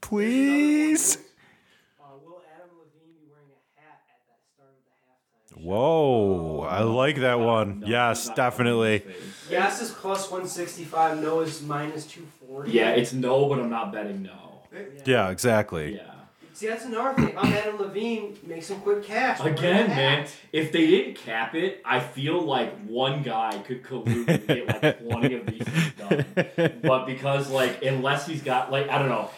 Please. Uh, will Adam Levine be wearing a hat at that start of the halftime? show? Oh. Whoa, I like that one. No, Yes, it's not definitely. Cody Park's face. Yes is plus 165. No is minus 240. Yeah, it's no, but I'm not betting no. Yeah, exactly. Yeah. See, that's another thing. I'm Adam Levine. Make some quick cash. Wear a Again, hat. man, if they didn't cap it, I feel like one guy could collude and get like 20 of these things done. But because, like, unless he's got, like, I don't know,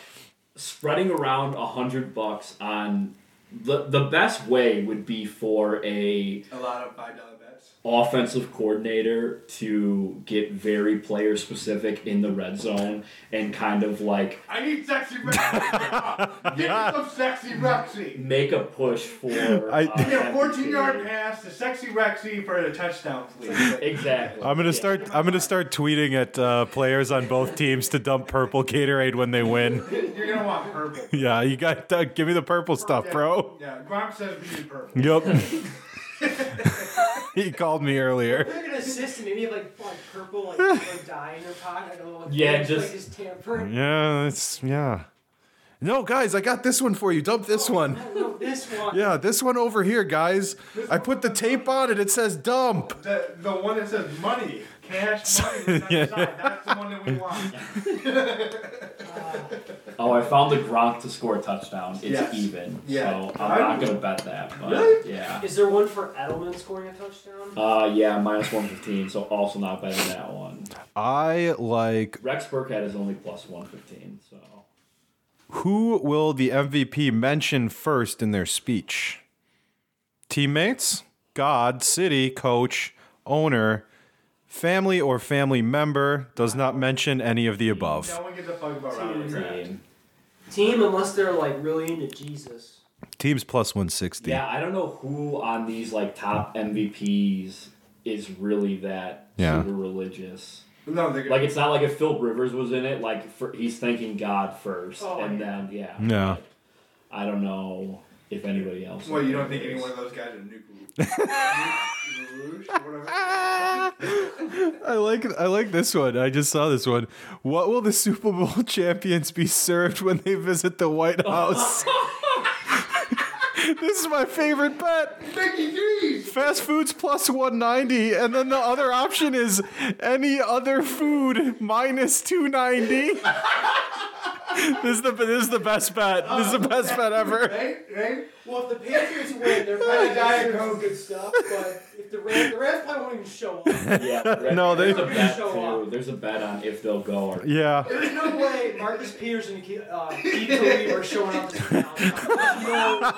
spreading around a 100 bucks on. The, the best way would be for a A lot of five dollar bets. offensive coordinator to get very player specific in the red zone and kind of like I need sexy Rexy. Give me some sexy Rexy. make a push for I- uh, Give me a 14 yard MVP. pass to sexy Rexy for a touchdown, please. Exactly. I'm gonna Yeah. start. I'm gonna start tweeting at uh, players on both teams to dump purple Gatorade when they win. You're gonna want purple. Yeah, you got to give me the purple stuff, bro. Yeah, Gronk says we need purple. Yep. he called me earlier. They're gonna assist and maybe have like, like purple like, like dye in her pocket. I don't know. What Yeah, it's, just- like just tamper. Yeah, it's yeah. No, guys, I got this one for you. Dump this one. I love this one. Yeah, this one over here, guys. I put the tape on it. It says dump. The, the one that says money, cash, money, was on the side. that's the one that we want. Oh, I found the Gronk to score a touchdown. It's Yes. even. Yeah. So I'm not gonna bet that. But Really? Yeah. Is there one for Edelman scoring a touchdown? Uh, yeah, minus one fifteen. So also not betting that one. I like Rex Burkhead is only plus one fifteen. So who will the MVP mention first in their speech? Teammates, God, city, coach, owner, family or family member does not mention any of the above. No one gives a fuck about Ronald McCraft. Team. Team, unless they're like really into Jesus. Teams plus 160. Yeah, I don't know who on these like top MVPs is really that Yeah. super religious. No, they're gonna Like it's not like if Phil Rivers was in it, like for, he's thanking God first, Oh, and yeah. then yeah. Yeah. I don't know if anybody else. Well, you don't think any one of those guys are nuke Rouge? whatever. I like I like this one. I just saw this one. What will the Super Bowl champions be served when they visit the White House? this is my favorite bet. Mickey D's! Fast foods plus 190 and then the other option is any other food minus 290. this is the this is the best bet. This is the best bet ever. Right? Right? Well, if the Patriots win, they're probably probably Diet Diet Coke. good stuff. But if the Rams, the Rams probably won't even show up. Yeah, there- No, they- there's a bet Show too. up. There's a bet on if they'll go or. Yeah. There's no way Marcus Peters and uh, Keith Lee are showing up. This no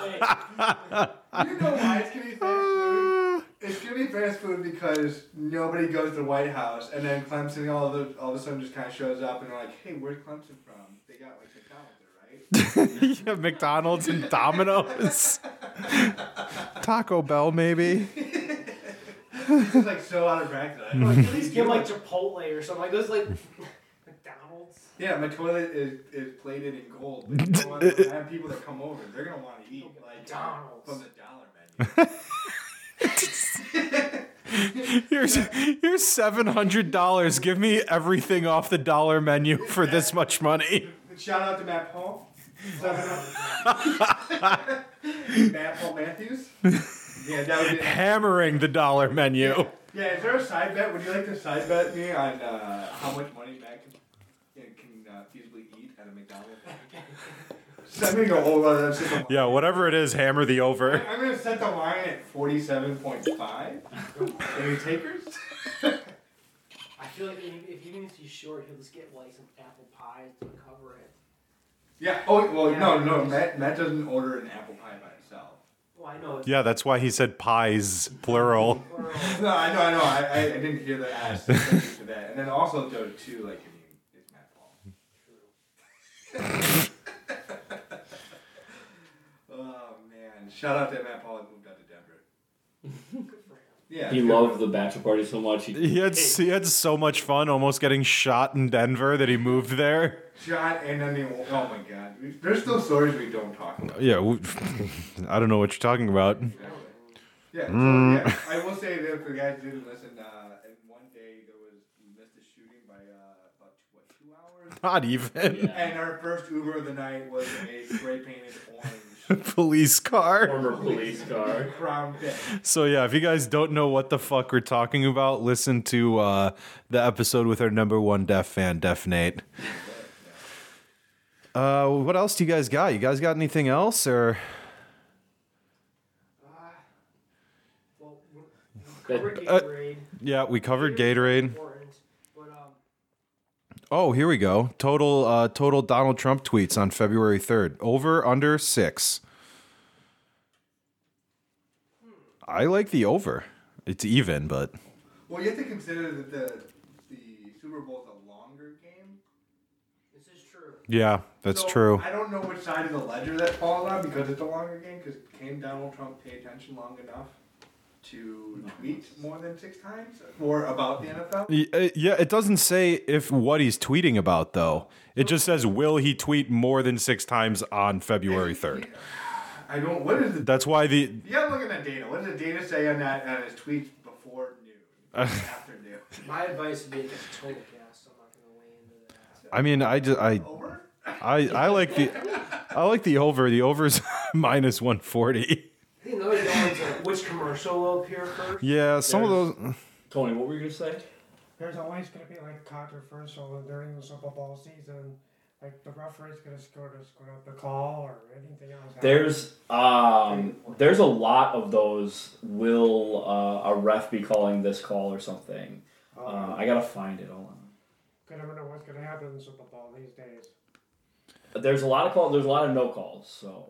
way. You know why it's gonna be fast food? It's gonna be fast food because nobody goes to the White House, and then Clemson all of, the, all of a sudden just kind of shows up, and they're like, "Hey, where's Clemson from? They got like McDonald's, there, right?" yeah, McDonald's and Domino's. Taco Bell maybe. This is like so out of practice. I don't know, Like, like, at least give like Chipotle or something. Like those like McDonald's. yeah, my toilet is, is plated in gold. Like, you know what? I have people that come over; they're gonna want to eat like McDonald's. from the dollar menu. Here's here's seven hundred dollars. Give me everything off the dollar menu for this much money. Shout out to Matt Paul. Seven up. Matt Paul Matthews. Yeah, that would be. Hammering the dollar menu. Yeah, is there a side bet? Would you like to side bet me on uh, how much money Matt can, yeah, can uh, feasibly eat at a McDonald's? Send me the whole uh, other system. Yeah, whatever it is, hammer the over. I'm gonna set the line at forty-seven point five. Any takers? I feel like even if, even if he's short, he'll just get like some apple pie to cover it. yeah. Oh well, no, no. Matt, Matt doesn't order an apple pie by himself. Oh, I know. Yeah, that's why he said pies, plural. No, I know, I know. I, I, I didn't hear the ass subject to that. And then also though too, like I mean, it's Matt Paul. oh man! Shout out to Matt Paul who moved out to Denver. Yeah, He good. loved the bachelor party so much. He, He had he had so much fun, almost getting shot in Denver, that he moved there. Shot and I mean, oh my God! There's still stories we don't talk about. Yeah, w- I don't know what you're talking about. Yeah, so, Mm. yeah. I will say that if the guys didn't listen, uh, and one day there was we missed a shooting by uh, about two, what, two hours. Not even yeah. And our first Uber of the night was a spray painted orange police car. Former police car. crown pit. So yeah, if you guys don't know what the fuck we're talking about, listen to uh, the episode with our number one deaf fan, Deaf Nate. Uh, what else do you guys got? You guys got anything else, or Well, we're- covered Uh, Gatorade. yeah, we covered Gatorade's Gatorade. important, But um, Oh, here we go. Total uh, total Donald Trump tweets on February third. Over under six. I like the over. It's even, but Well, you have to consider that the the Super Bowl is a longer game. this is true. yeah, that's So, true. I don't know which side of the ledger that falls on because it's a longer game. Because can Donald Trump pay attention long enough to tweet more than six times or about the NFL? Y- uh, Yeah, it doesn't say if what he's tweeting about though. It just says will he tweet more than six times on February third. I don't. What is the That's why the You gotta look at that data. What does the data say on that on his tweets before noon, after noon? My advice would be it's a total cast. I'm not gonna weigh into that. I mean I just I Over? I, I like the I like the over. The over's minus one forty. I think another good one's uh, which commercial will appear first. Yeah, some of There's- those. Tony, what were you gonna say? There's always going to be like controversial during the Super Bowl season. Like the referee's going to score to score up the call or anything else. There's um, there's a lot of those. Will uh, a ref be calling this call or something? Oh. Uh, I gotta find it. Hold on. Because never know what's going to happen in the Super Bowl these days. There's a lot of calls. There's a lot of no calls. So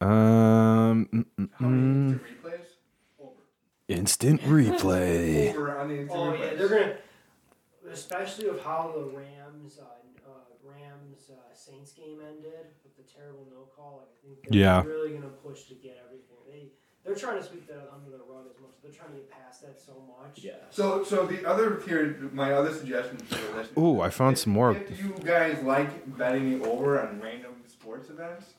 Um, mm, mm, How many instant replays? Over. instant replay. Over on the instant Oh replays. yeah, they're gonna, especially with how the Rams, uh, uh, Rams uh, Saints game ended with the terrible no call. Like, I think they're Yeah. really gonna push to get everything. They they're trying to sweep that under the rug as much. They're trying to get past that so much. yeah. So, so the other here, my other suggestion for the listeners. Ooh, I found if- some more. If you guys like betting the over on random sports events,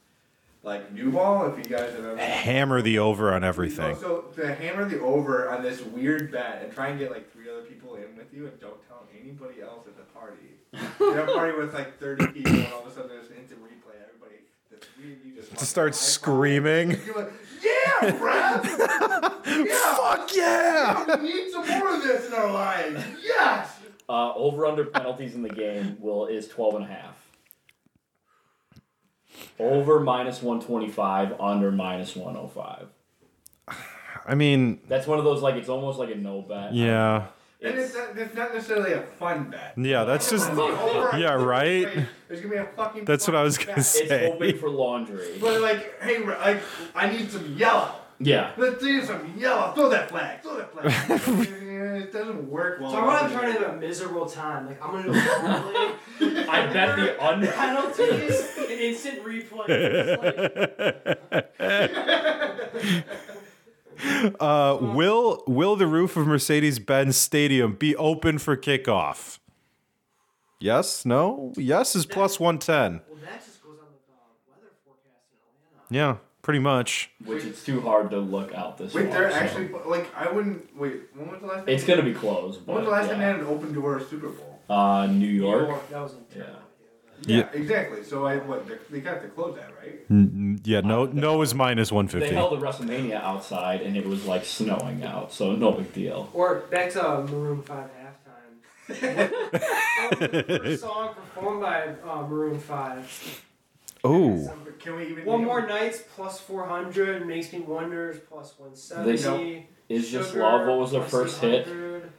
like New Ball, if you guys have ever. Hammer the over on everything. So to hammer the over on this weird bet and try and get like three other people in with you and don't tell anybody else at the party. You're at a party with like 30 people and all of a sudden there's an instant replay. Everybody, the three of you just To start screaming. You're like, yeah, bruh! yeah! Fuck yeah! We need some more of this in our lives! Yes! Uh, over under penalties in the game. Will is 12 and a half. Over minus 125. Under minus 105. I mean, That's one of those like it's almost like a no bet. yeah, And it's It's, not, it's not necessarily a fun bet. yeah. That's just yeah, right. There's gonna be a fucking. That's what I was fucking gonna bet. say. it's hoping for laundry. But like, hey, like, I need some yellow. Yeah. Let's do some yellow. Throw that flag. Throw that flag. it doesn't work well. So I want to turn into a miserable time. Like I'm gonna go I bet the under. penalties and instant replay. It's like, Uh, will will the roof of Mercedes Benz Stadium be open for kickoff? Yes. No. Yes is plus one ten. Well, that just goes on with uh, weather forecast in Atlanta. Yeah, pretty much. Which it's too hard to look out this Wait, far, they're so- actually like I wouldn't wait. When was the last? It's time? gonna be closed. When but, was the last yeah. time they had an open door Super Bowl? Uh, New New York. York, that was a Yeah. terrible idea. Yeah. exactly. So I what they, they got to close that right? N- Yeah. No. No is minus one They fifty. held the WrestleMania outside, and it was like snowing out, so no big deal. Or back to uh, Maroon 5 halftime. First song performed by uh, Maroon 5. Oh. Some- Can we even One name More it? Nights plus 400, Makes Me Wonders plus 170. They- Is just Sugar love. What was their plus first hit? 600,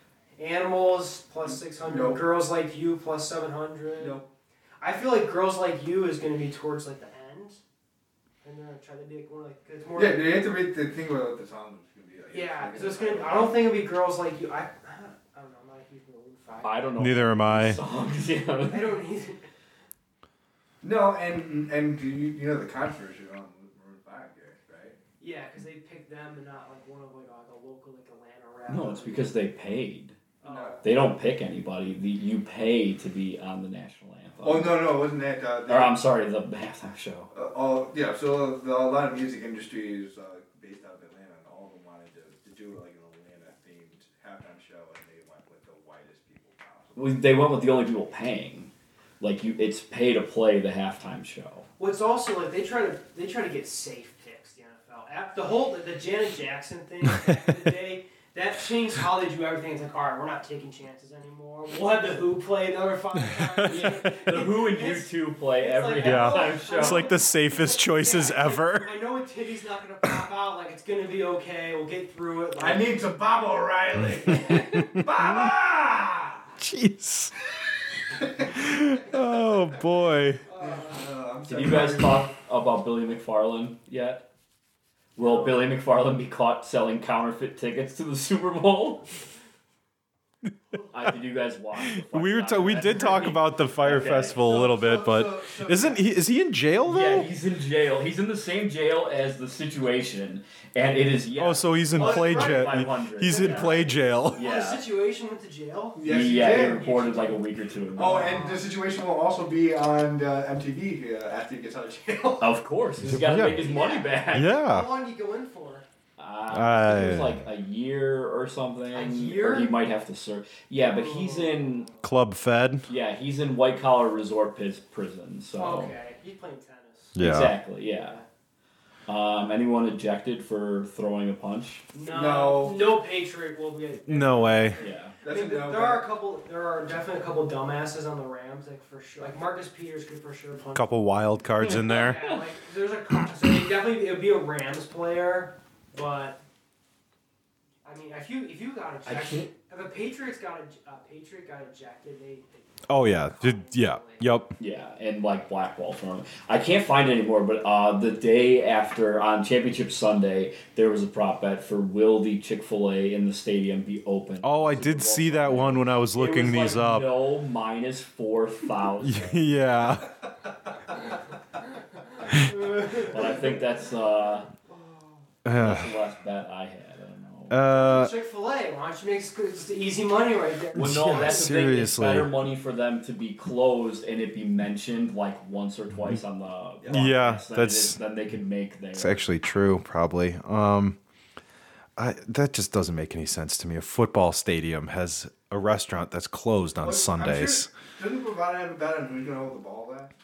Animals plus 600. Nope. Girls Like You plus 700. Nope. I feel like Girls Like You is going to be towards like the end. I in there and try to make more like 'cause it's more. Yeah, they have to read the thing about what the song is gonna be like. Yeah, 'cause it's gonna. I don't think it'll be girls like you. I, I don't know. I'm not a huge Maroon Five. I don't know. Neither am I. Songs, yeah. I don't need. No, and and do you you know the controversy on Maroon Five here, right? Yeah, because they picked them and not like one of like, like a local like Atlanta rapper. No, it's because they paid. Oh. No. They don't pick anybody. The, you pay to be on the national anthem. Oh no no, it wasn't that? Uh, the, Or um, I'm sorry, the halftime show. uh, all yeah. So the, a lot of music industry is uh, based out of Atlanta, and all of them wanted to, to do like an Atlanta themed halftime show, and they went with the whitest people possible. Well, They went with the only people paying. Like you, it's pay to play the halftime show. What's also like they try to they try to get safe picks the NFL. At- The whole the Janet Jackson thing they that changed how they do everything. It's like all right, we're not taking chances anymore. We'll have the Who play another five times. The Who and It's- U2 play it's every like, halftime oh, halftime show. It's like the safest choices Yeah, it's like, ever. I know a titty's not gonna pop out. Like it's gonna be okay. We'll get through it. Like, need some Bob O'Reilly. Baba! Jeez. oh boy. Did you guys talk about Billy McFarland yet? Will Billy McFarland be caught selling counterfeit tickets to the Super Bowl? I, did you guys watch? the fucking We were ta- we did talk documentary? about the fire Okay. festival a little bit, So- but so- so- isn't he is he in jail Yeah, though? he's in jail. He's in the same jail as the situation, and it is yes. Oh, so he's in Well, play right, jail. 500. He's in Yeah. play jail. oh, the Yeah. situation with the jail. Yes, he yeah, he did. reported like a week or two ago. Oh, and the situation will also be on uh, MTV uh, after he gets out of jail. of course, he's got to Yeah. make his money back. Yeah. How long do you go in for? Uh, I think it was Uh, like a year or something. A year? Oh. Or he might have to serve. Yeah, but he's in. Club Fed. Yeah, he's in white collar resort pis- prison. So Okay, he's playing tennis. Yeah. exactly, yeah. Um, anyone ejected for throwing a punch? No, no, patriot will be. No way. Yeah. That's I mean, a no there are back. a couple. There are definitely a couple dumbasses on the Rams, like for sure. Like Marcus Peters could for sure punch. Couple wild cards in there. Yeah, like there's a couple. So it definitely it would be a Rams player, but I mean, if you if you got I ejected, if a Patriots got a, a Patriot got ejected, they. Oh yeah. Did- Yeah. Yep. Yeah, and like Blackwall from I can't find it anymore, but uh, the day after on Championship Sunday, there was a prop bet for will the Chick Fil A in the stadium be open? Oh, I did see that one when I was It was looking like, these up. No, minus four thousand. Yeah. but I think that's uh, Uh, that's the last bet I had. I don't know. uh, Chick Fil A, why don't you make sc- just easy money right there? Well, no, yeah, that's the thing. It's seriously. better money for them to be closed and it be mentioned like once or twice on the Yeah, broadcast than it that's- is- than they can make there. It's actually true, probably. Um, I, that just doesn't make any sense to me. A football stadium has a restaurant that's closed on But I'm Sundays. Sure, doesn't Bravada have a bet on who's going to hold the ball back?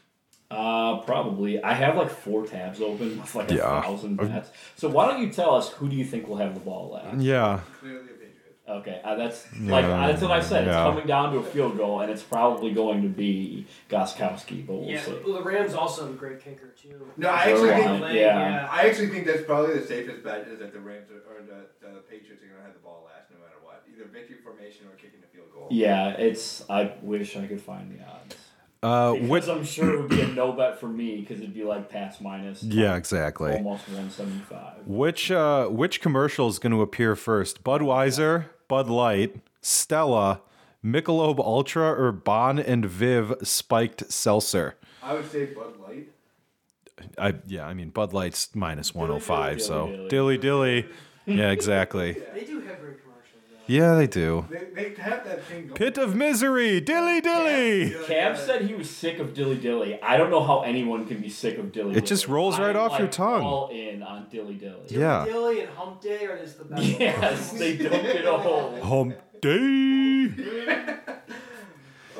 Uh, probably. I have like four tabs open with like Yeah. a thousand bets. So why don't you tell us who do you think will have the ball last? Yeah, Clearly a Patriot. Okay, uh, that's like Mm. Yeah. that's what I said. It's Yeah. coming down to a field goal, and it's probably going to be Goskowski, but we'll Yeah, see. well, the Rams also have a great kicker too. No, I actually Sure, think why Like, Yeah. I actually think that's probably the safest bet is that the Rams are, or the, the Patriots are going to have the ball last no matter what, either victory formation or kicking the field goal. Yeah, it's. I wish I could find the odds. uh, Because what? I'm sure it would be a no bet for me because it'd be like pass minus. Yeah, exactly. Almost 175. Which uh, which commercial is going to appear first? Budweiser, Bud Light, Stella, Michelob Ultra, or Bon and Viv Spiked Seltzer? I would say Bud Light. I yeah, I mean Bud Light's minus one hundred five. So dilly Dilly dilly. Yeah, exactly. They do have great commercials. Though. Yeah, they do. They, they have that thing going. Pit of misery, dilly dilly. Yeah, yeah. Cab said he was sick of dilly dilly. I don't know how anyone can be sick of dilly dilly. It just rolls right I'm, off your like, tongue. All in on dilly dilly. Yeah. Dilly and Hump Day are just the best. Yes, they don't get a hole. Hump day.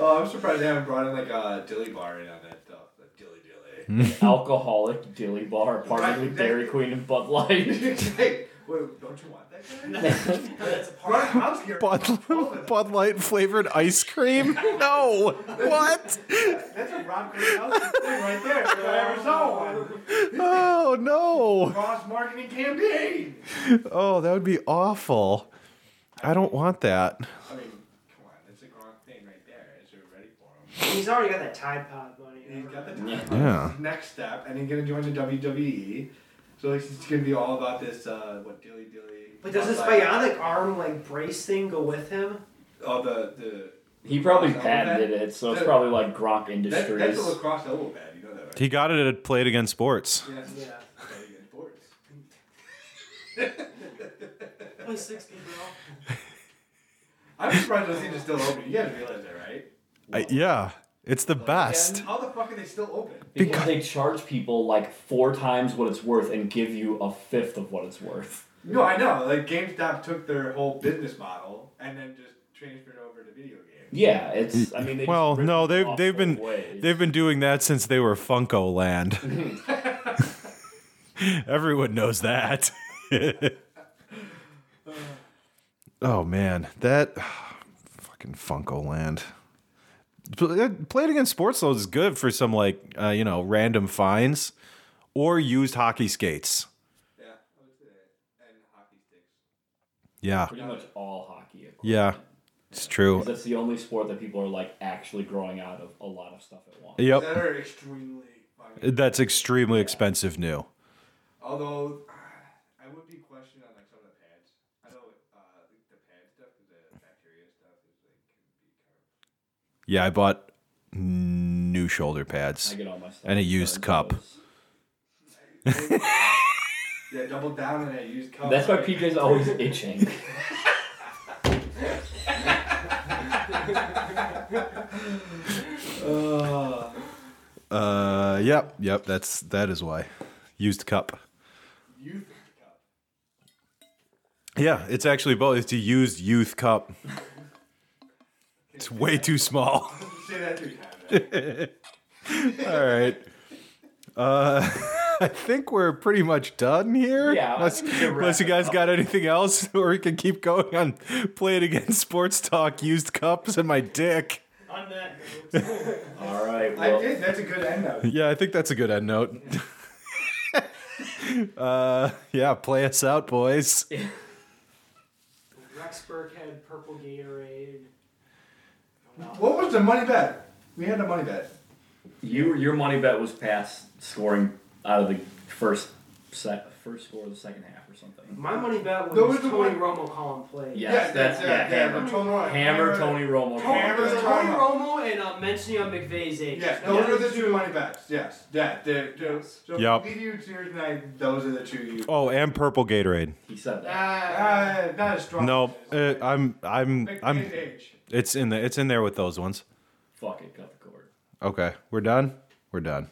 Oh, I'm surprised they haven't brought in like a dilly bar in on that stuff. Like dilly Hmm? dilly. Alcoholic dilly bar partnered with Dairy Queen and Bud Light. hey, wait, don't you want that guy? That's a part. Run house here. Bud, Bud Light flavored ice cream? No. What? That's a Rob Gronkowski thing right there. If I ever saw one. Oh no. Cross marketing campaign. Oh, that would be awful. I don't want that. I mean, come on, that's a Gronk thing right there. It's already for him. He's already got that Tide Pod money. And he's got the time. Yeah. Next step, and he's gonna join the WWE. So like, it's gonna be all about this. Uh, what dilly dilly? But does this like, bionic arm like brace thing go with him? Oh, the the. He probably Elbow pad? patented it, so it's That- probably like Gronk That, Industries. that's a lacrosse elbow pad. You know that, right? He got it at Played Against Sports. Yeah. Yeah. Play against boards. Play sixty, bro. I'm surprised those things are still open. You guys realize that, right? Uh, yeah, it's the best. How the fuck are they still open? because they charge people like four times what it's worth and give you a fifth of what it's worth. No, I know. Like GameStop took their whole business model and then just transferred it over to video games. Yeah, it's. I mean, they just Well, rip no, people they've off they've both been ways. they've been doing that since they were Funko Land. Everyone knows that. oh man, that fucking Funko Land. uh, Played against sports though is good for some like uh, you know random finds or used hockey skates. Yeah, I would say that. And hockey sticks. Yeah, pretty much all hockey. equipment. yeah, it's true. 'Cause That's the only sport that people are like actually growing out of a lot of stuff at once. Yep, That are extremely fucking. that's extremely expensive new. Although, I would be questioned on like some of the pads. I know uh, the pad stuff, the bacteria stuff is like can be kind of. Yeah, I bought new shoulder pads. I get all my stuff. And a used from cup. those. Yeah, double down on that used cup. That's why PJ's always itching. Uh, Uh, yep, yep. That's that is why used cup. youth cup. Yeah, it's actually both. It's a used youth cup. It's way too small. Say that three times. All right. Uh, I think we're pretty much done here. Yeah, I unless, think we can unless you wrap it guys got anything else, or we can keep going on playing against sports talk, used cups, and my dick. On that note, all right. I Well, did. That's a good end note. Yeah, I think that's a good end note. uh, yeah, play us out, boys. Rex Burke had purple Gatorade. What was the money bet? We had the money bet. you your money bet was past scoring out of the first set, first score of the second half or something. My money bet That was, was the Tony one- Romo calling plays. Yes, that's yeah, hammer. the Tony Romo. Hammer Tony Romo. It was Hammer Tony Romo and uh, mentioning on McVeigh's age. Yes, those are the two money bets. Yes, yeah. The, the, so Yep. leave you here tonight. Those are the two you. Oh, and purple Gatorade. He said that. Ah, Uh, not as strong. No, uh, I'm, I'm, Big I'm. age. It's in the, it's in there with those ones. Fuck it, cut the cord. Okay, we're done. We're done.